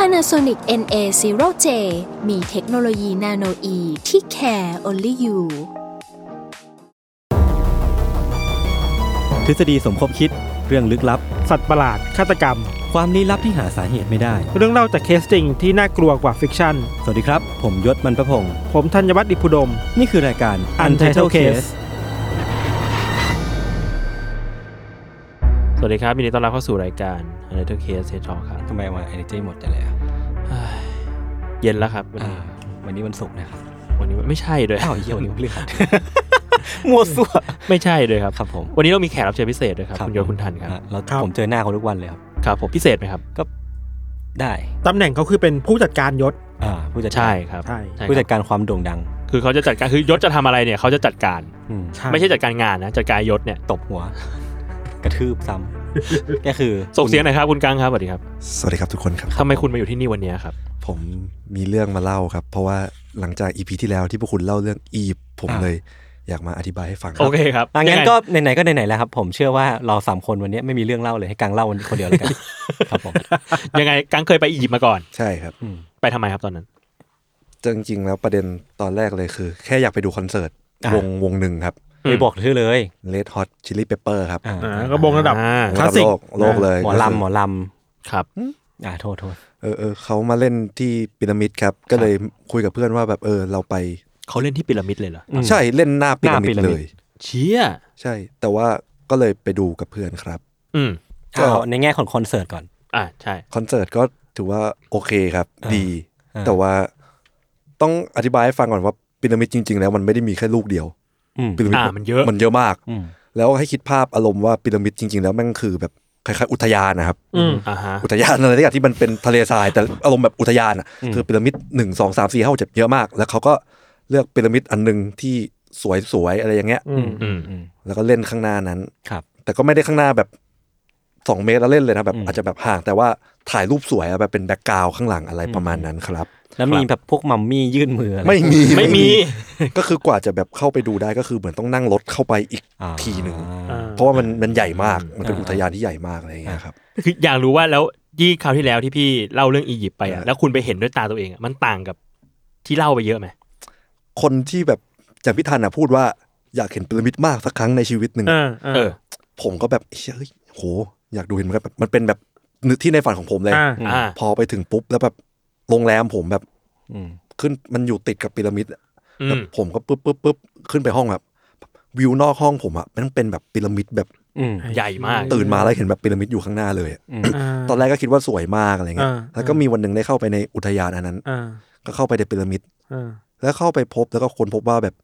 Panasonic NA0J มีเทคโนโลยีนาโนอีที่ care only you ทฤษฎีสมคบคิดเรื่องลึกลับ สัตว์ประหลาด ฆาตกรรม ความลี้ลับที่หาสาเหตุไม่ได้ เรื่องเล่าจากเคสจริงที่น่ากลัวกว่าฟิกชั่น สวัสดีครับ ผมยศมันประพงศ์ ผมธัญวัฒน์อิพุดม นี่คือรายการ Untitled Case สวัสดีครับยินดีต้อนรับเข้าสู่รายการ u n d e r t a l Case Head Talk ครับ ทำไมวัน energy หมดจังเลยอ่ะ เฮ้ยเย็นแล้วครับวันนี้ วันนี้วันศุกร์นะครับ วันนี้ไม่ใช่ด้วย อ้าวเยี่ยวันนี้เรื่อง มัวซั่ว ไม่ใช่ด้วยครับ ครับผม วันนี้เรามีแขกรับเชิญพิเศษด้วยครับคุณยศคุณทันครับ อ่ะเรา ครับ ผมเจอหน้าเขาทุกวันเลยครับ ครับผมพิเศษไหมครับ ก็ได้ ตำแหน่งเขาคือเป็นผู้จัดการยศ อ่าผู้จัดการ ใช่ครับ ใช่ ครับ ผู้จัดการความโด่งดัง คือเขาจะจัดการคือยศจะทำอะไรเนี่ยเขาจะจัดการ อืม ไม่ใช่จัดการงานนะจัดการยศเนี่ย ตบหัว กระทืบซ้ ำ ก็คือ ส่งเสียงหน่อยครับคุณกังครับสวัสดีครับ สวัสดีครับทุกคนครับ ทำไมคุณมาอยู่ที่นี่วันนี้ครับ ผมมีเรื่องมาเล่าครับ เพราะว่าหลังจากอีพีที่แล้วที่พวกคุณเล่าเรื่องอีฟผมเลย อยากมาอธิบายให้ฟังครั โอเคครับ อ่ะงั้น ยัไ ก็ไหนๆก็ไหนๆแล้วครับ ผมเชื่อว่าเราสามคนวันนี้ไม่มีเรื่องเล่าเลยให้กังเล่าวันนี้คนเดียว แล้วกัน ครับผม ยังไงกังเคยไปอียิปต์มาก่อน ใช่ครับ อืม ไปทำไมครับตอนนั้น จริงๆแล้วประเด็นตอนแรกเลยคือ แค่อยากไปดูคอนเสิร์ต อ่ะ วงวงหนึ่งครับ ไปบอกชื่อเลย Red Hot Chili Pepper ครับ อ่า อ่าก็บงระดับ อ่า คลาสสิก โลกโลกเลย หมอ ก็คื ลำหมอล ครับ ำอ่าโทษโทษ เออเออเขามาเล่นที่พีระมิดครับ ก็เลยคุยกับเพื่อนว่าแบบเออเราไป เขาเล่นที่พีระมิดเลยเหรอ อืม ใช่เล่นหน้าพีระหน้ามิพี ด ระมิด เลย เชี่ย ใช่ แต่ว่าก็เลยไปดูกับเพื่อนครับ อืม ก็ เอาในแง่ของคอนเสิร์ตก่อน อ่าใช่ คอนเสิร์ตก็ถือว่าโอเคครับ อ่า ดี อ่า แต่ว่าต้องอธิบายให้ฟังก่อนว่าพีระมิดจริง ๆ แล้วมันไม่ได้มีแค่ลูกเดียว อืม พีระมิด อ่ามันเยอะ มันเยอะมาก อืม แล้วให้คิดภาพอารมณ์ว่าพีระมิดจริง ๆ แล้วแมันคือแบบคล้ายๆอุทยานนะครับ อืม อ่าฮะ อุทยานอะไรสักอย่างที่มันเป็นทะเลทราย แต่อารมณ์แบบอุทยานอ่ะคือพีระมิดหนึ่งสองสามสี่ห้าหกเจ็ดเยอะมาก แล้วเขาก็เลือกพีระมิดอันหนึ่งที่สวยๆอะไรอย่างเงี้ย อืม อืม อืม แล้วก็เล่นข้างหน้านั้น ครับ แต่ก็ไม่ได้ข้างหน้าแบบสองเมตรแล้วเล่นเลยนะแบบ อืม อาจจะแบบห่างแต่ว่าถ่ายรูปสวยอะแบบเป็นแบ็กกราวข้างหลังอะไรประมาณนั้นครับ แล้วมีแบบพวกมัมมี่ยื่นมืออะไร ไม่มี ไม่มี ก็คือกว่าจะแบบเข้าไปดูได้ก็คือเหมือนต้องนั่งรถเข้าไปอีก อ่า ทีหนึ่ง อ่า เพราะว่ามันมันใหญ่มากมันเป็นอุทยานที่ใหญ่มากอะไรอย่างเงี้ยครับ คืออยากรู้ว่าแล้วยี่คราวที่แล้วที่พี่เล่าเรื่องอียิปต์ไปอะ เออ แล้วคุณไปเห็นด้วยตาตัวเองอะมันต่างกับที่เล่าไปเยอะไหม คนที่แบบจากพิธันอะพูดว่าอยากเห็นพีระมิดมากสักครั้งในชีวิตหนึ่ง อ่าอ่า เออ ผมก็แบบเฮ้ยโห อยากดูเห็นเหมือนกันแบบมันเป็นแบบนึกที่ในฝันของผมเลย อ่า อ่า พอไปถึงปุ๊บแล้วแบบโรงแรมผมแบบ อืม ขึ้นมันอยู่ติดกับพีระมิด อื แล้ว ม ผมก็ปุ๊บปุ๊บปุ๊บขึ้นไปห้องแบบวิวนอกห้องผมอะมันเป็นแบบพีระมิดแบบ อืม ใหญ่มาก ตื่นมาแล้วเห็นแบบพีระมิดอยู่ข้างหน้าเลยอะ อืม ตอนแรกก็คิดว่าสวยมากอะไรเงี้ย อ่า แล้วก็มีวันหนึ่งได้เข้าไปในอุทยานอันนั้น อ่า ก็เข้าไปในพีระมิด อ่า แล้วเข้าไปพบแล้วก็ค้นพบว่าแบบ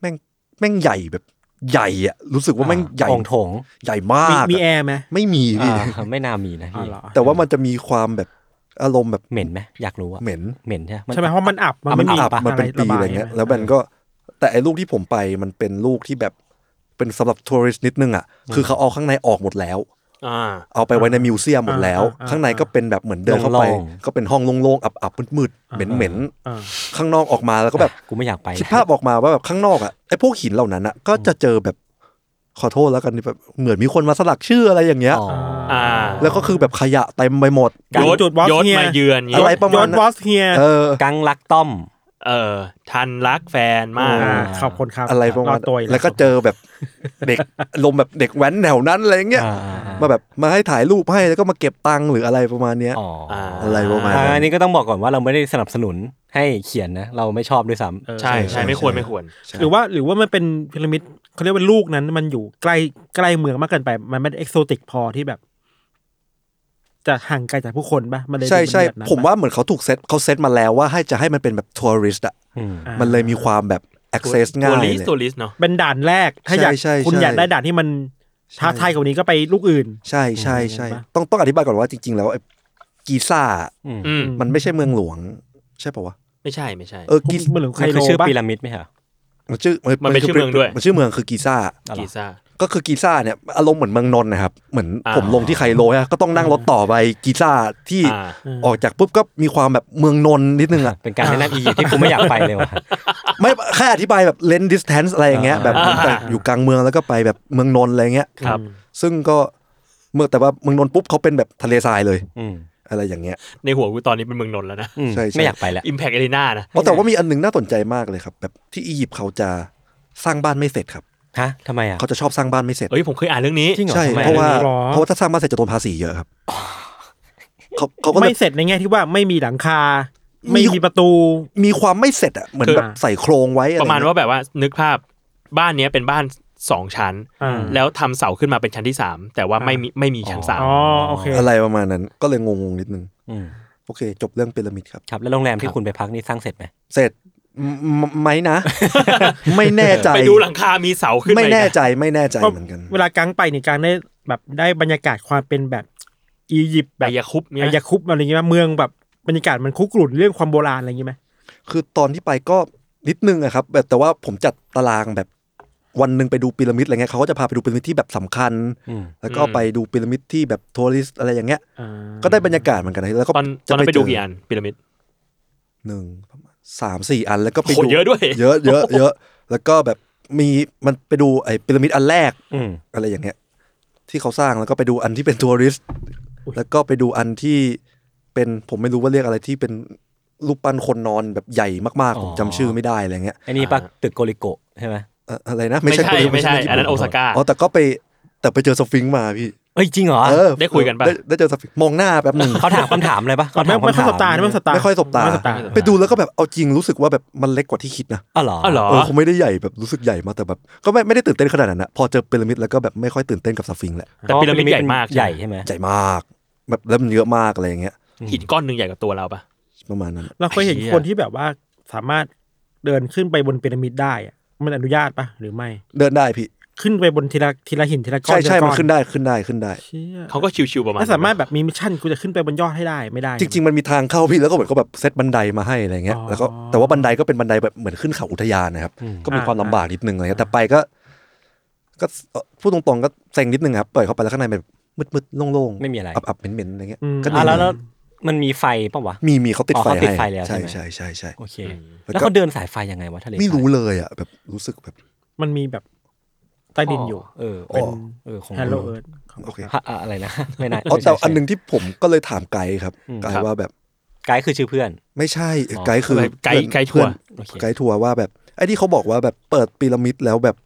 แม่งแม่งใหญ่แบบใหญ่อะรู้สึกว่าแม่งใหญ่ องค์โถง ใหญ่มา มี ก มีแอ อะ ร์ไหม ไม่มีพี่ อ่าไม่น่ามีนะ อ๋อ พี่ เหรอ แต่ว่ามันจะมีความแบบอารมณ์แบบ เหม็นไหมอยากรู้อะ เหม็น เหม็นใช่ไหม ใช่ไหมเพราะมันอับ อ่ะ ไ มันอับ ปะ มันเป็นปีอะไรเงี้ย แล้วมันก็แต่ไอ้ลูกที่ผมไปมันเป็นลูกที่แบบเป็นสำหรับทัวริสต์นิดนึงอ่ะคือเขาเอาข้างในออกหมดแล้ว อ่า เอาไปไว้ในมิวเซียมหมดแล้ว อ่าอ่า ข้างในก็เป็นแบบเหมือนเดินเข้าไป โล่งๆ ก็เป็นห้องโล่งๆอับๆมืดๆเหม็น อ่า ๆข้างนอกออกมาแล้วก็แบบ กูไม่อยากไป คิดภาพออกมาว่าแบบข้างนอกอ่ะไอ้พวกหินเหล่านั้นอ่ะก็จะเจอแบบขอโทษแล้วกันแบบเหมือนมีคนมาสลักชื่ออะไรอย่างเงี้ย อ๋อ อ่า แล้วก็คือแบบขยะเต็มไปหมด การ ยศ จุดวอส ยศ เฮีย มาเยือนเงี้ย อะไรประมาณ ย นั้ ศ น วอสเฮีย เออ กังรักต้อม เออทันรักแฟนมาก าขอบคุณครับ อะไรประมาณ ดตัวอี แล้วก็เจอ แบบเด็ก ลมณ์แบบเด็กแว้นแถวนั้นอะไรเงี้ย อ่าอ่าอ่าม มาแบบมาให้ถ่ายรูปให้แล้วก็มาเก็บตังค์หรืออะไรประมาณเนี้ย อ๋ออ่า อะไรประมาณ อันนี้ก็ต้องบอกก่อนว่าเราไม่ได้สนับสนุนให้เขียนนะ เราไม่ชอบด้วยซ้ำ ใช่ใช่ไม่ควรไม่ควร หรือว่าหรือว่ามันเป็นพีระมิดเขาเรียกว่าลูกนั้นมันอยู่ใกล้ใกล้เมืองมากเกินไป มันไม่ได้เอกโซติกพอที่แบบ จะห่างไกลจากผู้คนปะมันเลย ใช่ใช่ เป็นแบบนั้นปะ ผมว่าเหมือนเขาถูกเซตเขาเซตมาแล้วว่าให้จะให้มันเป็นแบบทัวริสต์อ่ะ อืม อ่ามั มันเลยมีความแบบ access ง่า ตั ยว เล ลิ ย สตัวลิสเนาะ เป็นด่านแรก ถ้า ใช่ อยาก ใช่ คุณ ใช่ อยากได้ด่านที่มันท้าทายกว่านี้ก็ไปลูกอื่น ใช่ใช่ใช่ อืม ต้องต้องอธิบายก่อนว่าจริง ๆ แล้วไอ้กีซ่า อืม มันไม่ใช่เมืองหลวง ใช่ปะวะ ไม่ใช่ไม่ใช่ เออกิ เมืองไค มัน โร คือชื่อ ปะ พีระมิดไหมฮะ มันชื่อ มันเป็นชื่อเมืองด้วย มันชื่อเมืองคือกีซ่า อะไร กีซ่า ก็คือกีซ่าเนี่ยอารมณ์เหมือนเมืองนนท์นะครับ เหมือน อ่า ผมลงที่ไคโรฮะก็ต้องนั่งรถต่อไปกีซ่าที่ อ่า ออกจากปุ๊บก็มีความแบบเมืองนนท์นิดนึงอ่ะ เป็นการแนะนำอียิปต์ที่กูไม่อยากไปเลยว่ะ ไม่แค่อธิบายแบบเลนดิสแทนซ์อะไรอย่างเงี้ย อ่า แบบเหมือนแต่อยู่กลางเมืองแล้วก็ไปแบบเมืองนนท์อะไรเงี้ย ครับ ซึ่งก็เมื่อแต่ว่าเมืองนนท์ปุ๊บเขาเป็นแบบทะเลทรายเลย อืม อะไรอย่างเงี้ย ในหัวกูตอนนี้เป็นเมืองนนท์แล้วนะ อืม ใช่ใช่ ไม่อยากไปแล้ว อิมแพกเอลิน่านะ อ๋อแต่ว่ามีอันหนึงน่าสนใจมากเลยครับ แบบที่อียิปต์เขาจะสร้างบ้านไม่เสร็จครับ ฮะทำไมอ่ะ เขาจะชอบสร้างบ้านไม่เสร็จ เอ้ยผมเคยอ่านเรื่องนี้ จริงเหรอ ใช่ ทำไม เพราะว่า เรื่องนี้หรอ เพราะว่าถ้าสร้างบ้านเสร็จจะโดนภาษีเยอะครับเขาเขาก็เลย ไม่เสร็จในแง่ที่ว่าไม่มีหลังคา ไม่มีประตู มีความไม่เสร็จอ่ะเหมือน คือ แบบใส่โครงไว้อไ ประมาณว่าแบบว่านึกภาพบ้านเนี้ยเป็นบ้านสองชั้น อ่า แล้วทำเสาขึ้นมาเป็นชั้นที่สามแต่ว่าไม่มีไม่มีชั้นสาม อ๋อโอเค อะไรประมาณนั้น ก็เลยงงๆนิดนึง อืม โอเค จบเรื่องพีระมิดครับ ครับแล้วโรงแรมที่คุณไปพักนี่สร้างเสร็จไหม เสร็จมมไหมนะ ไม่แน่ใจ ไปดูหลังคา มีเสาขึ้น ไม่ ป แน่ใจไม่แน่ใจเหมือนกัน เวลากางไปเนี่ยกางได้แบบได้บรรยากาศความเป็นแบบอียิปต์ แบ แบบ บ ยาคุบเนี่ย อายาคุปอะไรอย่างเงี้ยมั้ยเมืองแบบบรรยากาศมันคุกรุ่นเรื่องความโบราณอะไรอย่างเงี้ยไหม คือตอนที่ไปก็นิดนึงอะครับแบบแต่ว่าผมจัดตารางแบบวันหนึ่งไปดูพีระมิดอะไรเงี้ยเขาก็จะพาไปดูพีระมิดที่แบบสำคัญ อืม แล้วก็ไปดูพีระมิดที่แบบทัวริสต์อะไรอย่างเงี้ย อ่า ก็ได้บรรยากาศเหมือนกันนะแล้วก็ ตอนต จะ อนนั้นไปดู เจอ กี่อันพีระมิด หนึ่งประมาณสามสี่อันแล้วก็ไป โห ดู เยอะด้วย เยอะเยอะเยอะแล้วก็แบบมีมันไปดูไอ้พีระมิดอันแรก อืม อะไรอย่างเงี้ยที่เขาสร้างแล้วก็ไปดูอันที่เป็นทัวริสต์แล้วก็ไปดูอันที่เป็นผมไม่รู้ว่าเรียกอะไรที่เป็นรูปปั้นคนนอนแบบใหญ่มากๆ ผมจำชื่อไม่ได้อะไรเงี้ย ไอ้นี่ปักตึกโกริโกะใช่ไหม เอ่ออะไรนะ ไม่ใช่ คนเดียว ไม่ใช่ ญี่ปุ่ อันนั้นโอซาก้า อ๋อแต่ก็ไปแต่ไปเจอสฟิงค์มาพี่ เอ้ยจริงเหรอ เออ ได้คุยกันปะ ด้ได้เจอสฟิงค์มองหน้าแป๊บหนึ่ง เขาถามคำถามอะไรปะเขา ไม่ ถาม ไม่ค่อย คำ สบตา ถาม นะไม่สบตา ไม่ค่อยสบตา ไม่สบตา ไปดูแล้วก็แบบเอาจริงรู้สึกว่าแบบมันเล็กกว่าที่คิดนะ อ๋อเหรอ อ๋อเหรอ เออคงไม่ได้ใหญ่แบบรู้สึกใหญ่มากแต่แบบก็ไม่ไม่ได้ตื่นเต้นขนาดนั้นนะพอเจอพีระมิดแล้วก็แบบไม่ค่อยตื่นเต้นกับสฟิงค์แหละ แต่พีระมิดใหญ่มาก ใหญ่ใช่ไหม ใหญ่มากแบบแล้วมันเยอะมากอะไรอย่างเงี้ย หินก้อนหนึ่งใหญ่กว่าตัวเราปะ ประมาณนั้น เราเคยเห็น ไอ้เหี้ย คนที่แบบว่าสามารถเดินขึ้นไปบนพีระมิดได้อะมันอนุญาตปะหรือไม่ เดินได้พี่ ขึ้นไปบนทีละทีละหินทีละก้อน ใช่ใช่ ทีละก้ มันขึ้นได้ขึ้นได้ขึ้นได้ เชี่ย เขาก็ชิวๆประมาณ ถ้าสามารถแบบมีมิชชั่นกูจะขึ้นไปบนยอดให้ได้ไม่ได้ จริง ๆ มันมีทางเข้าพี่แล้วก็เหมือนก็แบบเซตบันไดมาให้อะไรเงี้ย อ๋อ แล้วก็แต่ว่าบันไดก็เป็นบันไดแบบเหมือนขึ้นเขาอุทยานนะครับ ก็มี อ่า ความลำบากนิดนึงอะไรเงี้ยแต่ไปก็ ก็เอ่อพูดตรงๆก็เซ็งนิดนึงครับเปิดเข้าไปแล้วข้างในมันแบบมืดๆโล่งๆ ไม่มีอะไร อับอับๆเหม็นๆอะไรเงี้ย อืม ก็ อ่ะแล้วแล้ว ดี มันมีไฟปะวะ มีมีเขาติด อ๋อ ไฟ เขาติดไฟ ให้ แล้วใช่ ใช่ ไหม ใช่ใช่ใช่ โอเค แล้ว แล้ว ก็ เขาเดินสายไฟยังไงวะทะเลทาย ไม่รู้เลยอ่ะแบบรู้สึกแบบ มันมีแบบใต้ดินอยู่ เออเป็น อ๋อ เออของ ฮัลโลเอิร์ธ โอเค ฮะอ่ะอะไรนะ ไม่น่า อ๋อ ไม่ใช่ แต่อัน ใช่ หนึ่งที่ผมก็เลยถามไกด์ครับ อืม ไก ครั ด์ บ ว่าแบบ ไกด์คือชื่อเพื่อน ไม่ใช่ไกด์คือ ไกด์ เพื่อน ไกด์ทัวร์ เพื่อน โอเค ไกด์ทัวร์ว่าแบบไอ้ที่เขาบอกว่าแบบเปิดพีระมิดแล้วแบบ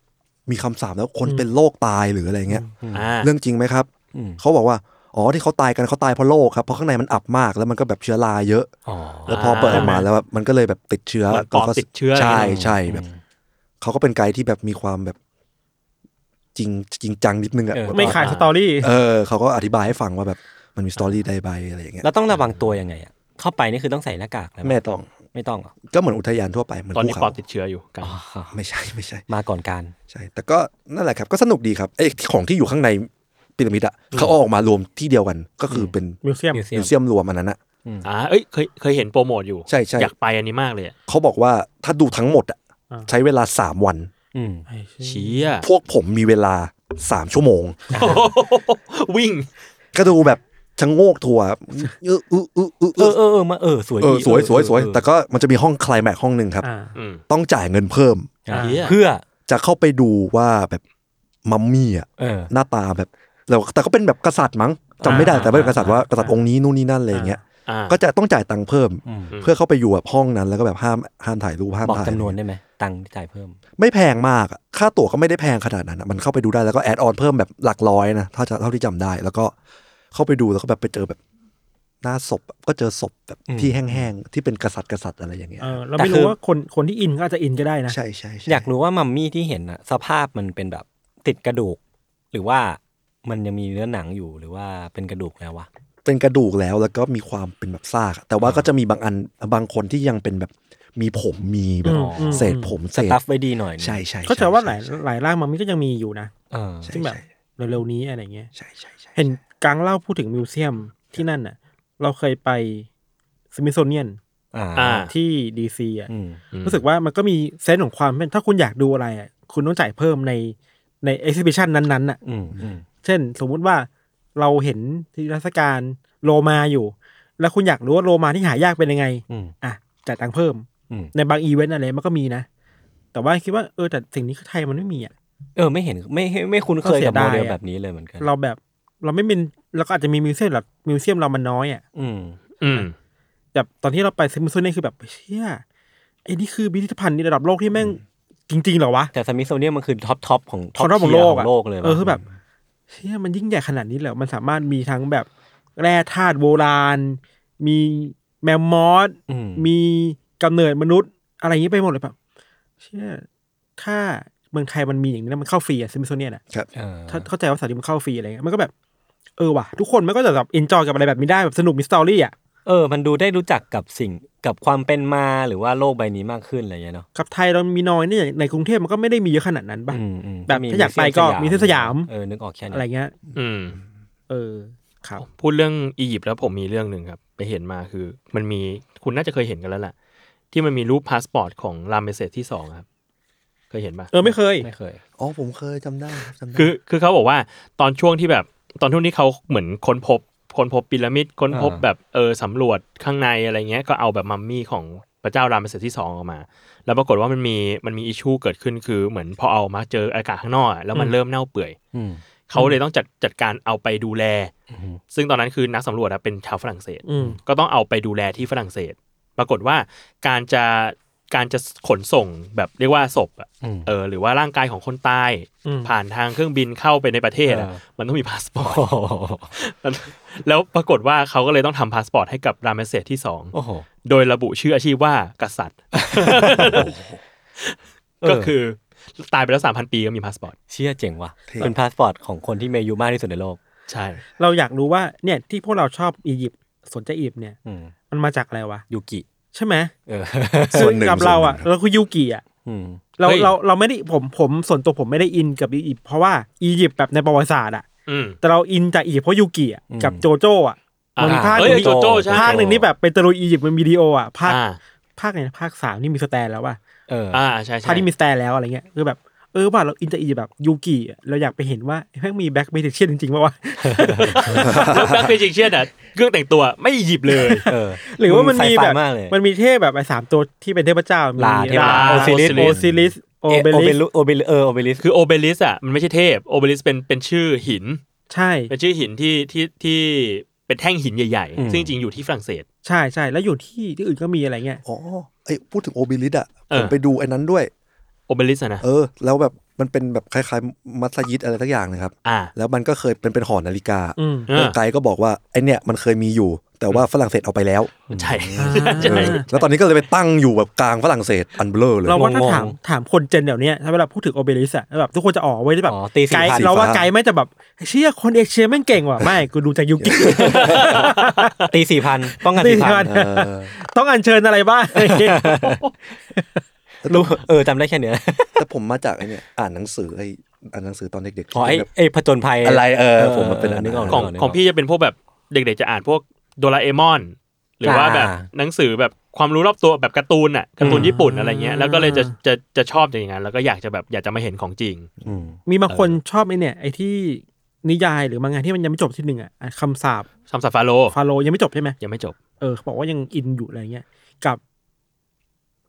มีคำสาปแล้วคนเป็นโรคตายหรืออะไรเงี้ย อ่า เรื่องจริงไหมครับ อืม เขาบอกว่าอ๋อที่เขาตายกันเขาตายเพราะโรคครับเพราะข้างในมันอับมากแล้วมันก็แบบเชื้อราเยอะ อ๋อ แล้วพอเปิดออกมาแล้วแบบมันก็เลยแบบติดเชื้อ เหมือนปอด แล้วก็ ติดเชื้ออะไร ใช่ อย่างเงี้ย ใช่แบบเขาก็เป็นไกด์ที่แบบมีความแบบจริงจริงจังนิดนึงอะ เออ แบบ ไม่ขายสตอรี่ เออเขาก็อธิบายให้ฟังว่าแบบมันมีสตอรี่ใดใบอะไรอย่างเงี้ย แล้วต้องระวังตัวยังไงอะเข้าไปนี่คือต้องใส่หน้ากากแล้ว แม่ต้อง ไม่ต้องเหรอ ก็เหมือนอุทยานทั่วไปเหมือน ตอน ภู นี้ปอ เขา ดติดเชื้ออยู่กัน อ๋อ ไม่ใช่ไม่ใช่ มาก่อนการ ใช่ แต่ก็นั่นแหละครับ ก็สนุกดีครับไอ้ของที่อยู่ข้างในพีระมิดอะเขาเอาออกมารวมที่เดียวกัน ก็คือเป็น มิวเซียม Museum มิวเซียมรวมอันนั้นอะ อ่าเอ้ยเคยเคยเห็นโปรโมทอยู่ ใช่ใช่ อยากไปอันนี้มากเลยอะ เขาบอกว่าถ้าดูทั้งหมดอะ อ่า ใช้เวลา 3 วัน อืม เชี้ ย พวกผมมีเวลา 3 ชั่วโมง โอ้โหวิ่ง ก็ดูแบบชะโงกทัวร์เออเออเออเออ เออเออเออมาเออสวย เออ ดี สวย เออ สวยสวย เออ แต่ก็มันจะมีห้องไคลายแม็กซ์ห้องหนึ่งครับ อ่า อืม ต้องจ่ายเงินเพิ่ม อ่า เหี้ย เพื่อ จะเข้าไปดูว่าแบบมัมมี่อะ เออ หน้าตาแบบแต่แต่ก็เป็นแบบกษัตริย์มั้งจำไม่ได้ อ่า แต่เป็นกษัตริย์ว่ากษัตริย์องค์นี้นู่นนี่นั่นอะไรอย่างเงี้ย อ่า ก็จะต้องจ่ายตังค์เพิ่ม อืม เพื่อเข้าไปอยู่แบบห้องนั้นแล้วก็แบบห้ามห้ามถ่ายรูปห้าม บอก ถ่าย จำนวนได้ไหมตังค์ที่จ่ายเพิ่ม ไม่แพงมากอะค่าตั๋วก็ไม่ได้แพงขนาดนั้นอะมันเข้าไปดูได้แล้วก็แอดออนเพิ่มแบบหลักร้อยนะถ้าจะเท่าที่จำได้ แล้วก็เข้าไปดูแล้วก็แบบไปเจอแบบหน้าศพอะก็เจอศพแบบที่แห้งๆที่เป็นกษัตริย์กษัตริย์อะไรอย่างเงี้ย เออเราไม่รู้ว่าคนคนที่อินก็อาจจะอินก็ได้นะ ใช่ใช่ใช่ อยากรู้ว่ามัมมี่ที่เห็นอะสภาพมันเป็นแบบติดกระดูก หรือว่ามันยังมีเนื้อหนังอยู่หรือว่าเป็นกระดูกแล้ววะ เป็นกระดูกแล้วแล้วก็มีความเป็นแบบซากอะแต่ว่าก็จะมีบางอันบางคนที่ยังเป็นแบบมีผมมีแบบเศษผมเศษ ตัฟไว้ดีหน่อยนะ ใช่ใช่ใช่ ก็จะว่าหลาย ใช่ หลายร่างมันมีก็ยังมีอยู่นะ เออ ใช่ ซึ่งแบบเร็วๆนี้อะไรเงี้ย ใช่ใช่ใช่ เห็นกลางเล่าพูดถึงมิวเซียมที่นั่นน่ะ เราเคยไปสมิโซเนียน อ่า อ่า ที่ดีซีอ่ะ อืม รู้สึกว่ามันก็มีเซนส์ของความเป็นถ้าคุณอยากดูอะไรอ่ะคุณต้องจ่ายเพิ่มในในเอ็กซิบิชันนั้นๆอ่ะ อืมอืม เช่น สมมุติว่าเราเห็นที่รัศการโลมาอยู่ แล้วคุณอยากรู้ว่าโลมาที่หายากเป็นยังไง อืม อ่ะจ่ายตังค์เพิ่ม อืม ในบางอีเวนต์อะไรมันก็มีนะ แต่ว่าคิดว่าเออแต่สิ่งนี้คือไทยมันไม่มีอ่ะ เออไม่เห็นไม่ไม่ไม่คุ้นเคย ก็เสี กับโมยดาย เดล อะ แบบนี้เลยเหมือนกัน เราแบบเราไม่มีเราก็อาจจะมีมิวเซียมแบบมิวเซียมเรามันน้อยอ่ะ อืม อืม แบบตอนที่เราไปซิมซูนี่คือแบบเชี่ยไอ้นี่คือพิพิธภัณฑ์ในระดับโลกที่แม่งจริงๆเหรอวะ แต่สมิธโซเนียมมันคือท็อปท็อปของ ท็อปของโลกอะ โลกเลย เออคือแบบเชี่ยมันยิ่งใหญ่ขนาดนี้เหรอมันสามารถมีทั้งแบบแร่ธาตุโบราณ มีแมมมอส อืม มีกำเนิดมนุษย์อะไรอย่างนี้ไปหมดเลยแบบเชี่ยถ้าเมืองไทยมันมีอย่างนี้นะมันเข้าฟรีอะซิมโซเนียน่ะ เออ ถ้าเข้าใจว่าสาธิตมันเข้าฟรีอะไรเงี้ยมันก็แบบ เออว่ะ ทุกคนมันก็จะแบบเอนจอยกับอะไรแบบนี้ได้แบบสนุกมีสตอรี่อ่ะ เออ มันดูได้รู้จักกับสิ่งกับความเป็นมาหรือว่าโลกใบนี้มากขึ้นอะไรอย่างเงี้ยเนาะ กับไทยเรามีน้อยเนี่ยในกรุงเทพมันก็ไม่ได้มีเยอะขนาดนั้นป่ะ อืมอืม แบบถ้าอยากไปก็มีที่สยาม เออนึกออกแค่นี้ อะไรเงี้ย อืม เออครับ พูดเรื่องอียิปต์แล้วผมมีเรื่องหนึ่งครับ ไปเห็นมาคือ มันมีคุณน่าจะเคยเห็นกันแล้วแหละที่มันมีรูปพาสปอร์ตของรามเมเซสที่สองครับ เคยเห็นปะ เออไม่เคย ไม่เคย อ๋อผมเคยจำได้จำได้ คือคือเขาบอกว่าตอนช่วงที่แบบ ตอนช่วงที่เขาเหมือนค้นพบค้นพบพีระมิดค้นพบ อ่า แบบเออสำรวจข้างในอะไรเงี้ยก็เอาแบบมัมมี่ของพระเจ้ารามเมเซสที่สองออกมา แล้วปรากฏว่ามันมีมันมีอิชูเกิดขึ้นคือเหมือนพอเอามาเจออากาศข้างนอกอะแล้วมันเริ่มเน่าเปื่อย อืม เขาเลยต้องจัดจัดการเอาไปดูแล ซึ่งตอนนั้นคือนักสำรวจนะเป็นชาวฝรั่งเศส อืม ก็ต้องเอาไปดูแลที่ฝรั่งเศส ปรากฏว่าการจะการจะขนส่งแบบเรียกว่าศพอะ อืม เออหรือว่าร่างกายของคนตาย อืม ผ่านทางเครื่องบินเข้าไปในประเทศอะ เออ มันต้องมีพาสปอร์ต โอ้โห มันแล้วปรากฏว่าเขาก็เลยต้องทำพาสปอร์ตให้กับรามเมเซสที่สอง โอ้โห โดยระบุชื่ออาชีพว่ากษัตริย์ เออ ก็คือตายไปแล้วสามพันปีก็มีพาสปอร์ต เชี่ยเจ๋งว่ะ เท่ เป็นพาสปอร์ตของคนที่มีอายุมากที่สุดในโลก ใช่ เราอยากรู้ว่าเนี่ยที่พวกเราชอบอียิปต์สนใจอียิปต์เนี่ย อืม มันมาจากอะไรวะ ยูกิ ใช่ไหม เออ ส่วนหนึ่ง กัเราอ่ะ ส่วนหนึ่ง เราคือยูกิอ่ะ อืม เราเราเราไม่ได้ผมผมส่วนตัวผมไม่ได้อินกับอียิปต์เพราะว่าอียิปต์แบบในประวัติศาสตร์อ่ะ อืม แต่เราอินจากอียิปต์เพราะยูกิอ่ะ อืม กับโจโจ้อ่ะมันมีภาคห เอ้ย นึ่งที่ โจโจ้ใช่ ภาคหนึ่งนี่แบบไปตะลุยอียิปต์มันมีวิดีโออ่ะภาค อ่า ภาคไหนนะภาคสามนี่มีสแตนแล้วว่ะ เออ อ่าใช่ใช่ ภาคที่มีสแตนแล้วอะไรเงี้ยคือแบบเออว่าเราอินจากอียิปต์แบบยูกิอะเราอยากไปเห็นว่าแม่งมีแบ็คเมดิเชียนจริงๆป่าวะ แล้วแบ็คเมจิกเชียนอ่ะเครื่องแต่งตัวไม่อียิปต์เลย เออ หรือว่ามันมี ไซไฟ แบบ มากเลย มันมีเทพแบบไอ้สามตัวที่เป็นเทพเจ้า มี ลาเทพลา โอซิริส โอ โอ ซิ ซิ ริ ริ ส ส โอเบ โอเบ ลิส ลิโอเบลิเออโอเบ ลิส คือโอเบลิสอ่ะมันไม่ใช่เทพโอเบลิสเป็นเป็นชื่อหิน ใช่ เป็นชื่อหินที่ที่ที่เป็นแท่งหินใหญ่ อืม ๆ ซึ่งจริงๆอยู่ที่ฝรั่งเศส ใช่ใช่แล้วอยู่ที่ที่อื่นก็มีอะไรเงี้ย อ๋อไอยพูดถึงโอบิลิสอ่ะ เออ ผมไปดูไอ้นั้นด้วย โอเบลิสอะนะ เออ แล้วแบบมันเป็นแบบคล้ายๆมัสยิดอะไรสักอย่างนะครับ อ่า แล้วมันก็เคยเป็นเป็นหอนาฬิกา อืม เออ ไกด์ก็บอกว่าไอเนี่ยมันเคยมีอยู่ แต่ว่าฝรั่งเศสเอาไปแล้ว ใช่ เออแล้วตอนนี้ก็เลยไปตั้งอยู่แบบกลางฝรั่งเศสอันเบลอเลย เราว่าถ้าง งๆ ถามถามคนเจนเดี๋ยวเนี้ยถ้าเวลาพูดถึงโอเบลิสอะแบบทุกคนจะออกไว้ที่แบบ อ๋อตีสี่ ไกด์ พัน เราว่า ฟ้า ไกด์ไม่จะแบบเชี่ยคนเอเชียแม่งเก่งว่ะ ไม่กูดูจากยุกิ ตีสี่พันป้องกัน ตี สี่พัน 4,000 เออ ต้องอัญเชิญอะไร บ้าง รู้เออจำได้แค่เนี้ย แต่ผมมาจากไอเนี่ยอ่านหนังสือไออ่านหนังสือตอนเด็กๆ อ๋อไอ ที่แบบ ไอผจญภัย อะไรเออผมมันเป็นอันนั้น กก ของ นึกก ของพี่จะเป็นพวกแบบเด็กๆจะอ่านพวกโดราเอมอน หรือว่าแบบหนังสือแบบความรู้รอบตัวแบบการ์ตูนอ่ะการ์ตูนญี่ปุ่นอะไรเงี้ยแล้วก็เลยจะจะจะชอบอย่างนั้นแล้วก็อยากจะแบบอยากจะมาเห็นของจริง อืม มีบางคนชอบไอ้เนี่ย ไอ้ที่นิยายหรือบางงานที่มันยังไม่จบที่หนึ่งอะอ่ะคำสาป ซัมซาฟาโล ฟาโรห์ยังไม่จบใช่ไหม ยังไม่จบ เออเขาบอกว่ายังอินอยู่อะไรเงี้ยกับ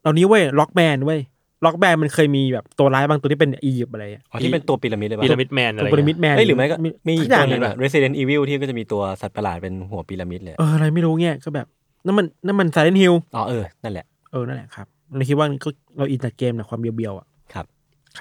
เรานี้เว้ยล็อกแมนเว้ยล็อกแมนมันเคยมีแบบตัวร้ายบางตัวที่เป็นอียิปต์อะไรอะ อ๋อที่เป็นตัวพีระมิดเลยป่ะ พีระมิดแมนอะ ตัว ไร พีระมิดแมน เอ้ยหรือไม่ก็มีอี ทุ ก กตัอย่าว ง ห เล นึ ย ง แบ อะ บ Resident Evil ที่ก็จะมีตัวสัตว์ประหลาดเป็นหัวพีระมิดเลย เอออะไรไม่รู้เงี้ยก็แบบนั่นมันนั่นมันไซเลนฮิล อ๋อเออนั่นแหละ เออนั่นแหละครับเราคิดว่าก็เราอินจากเกมนะความเบียวๆอ่ะ ครับ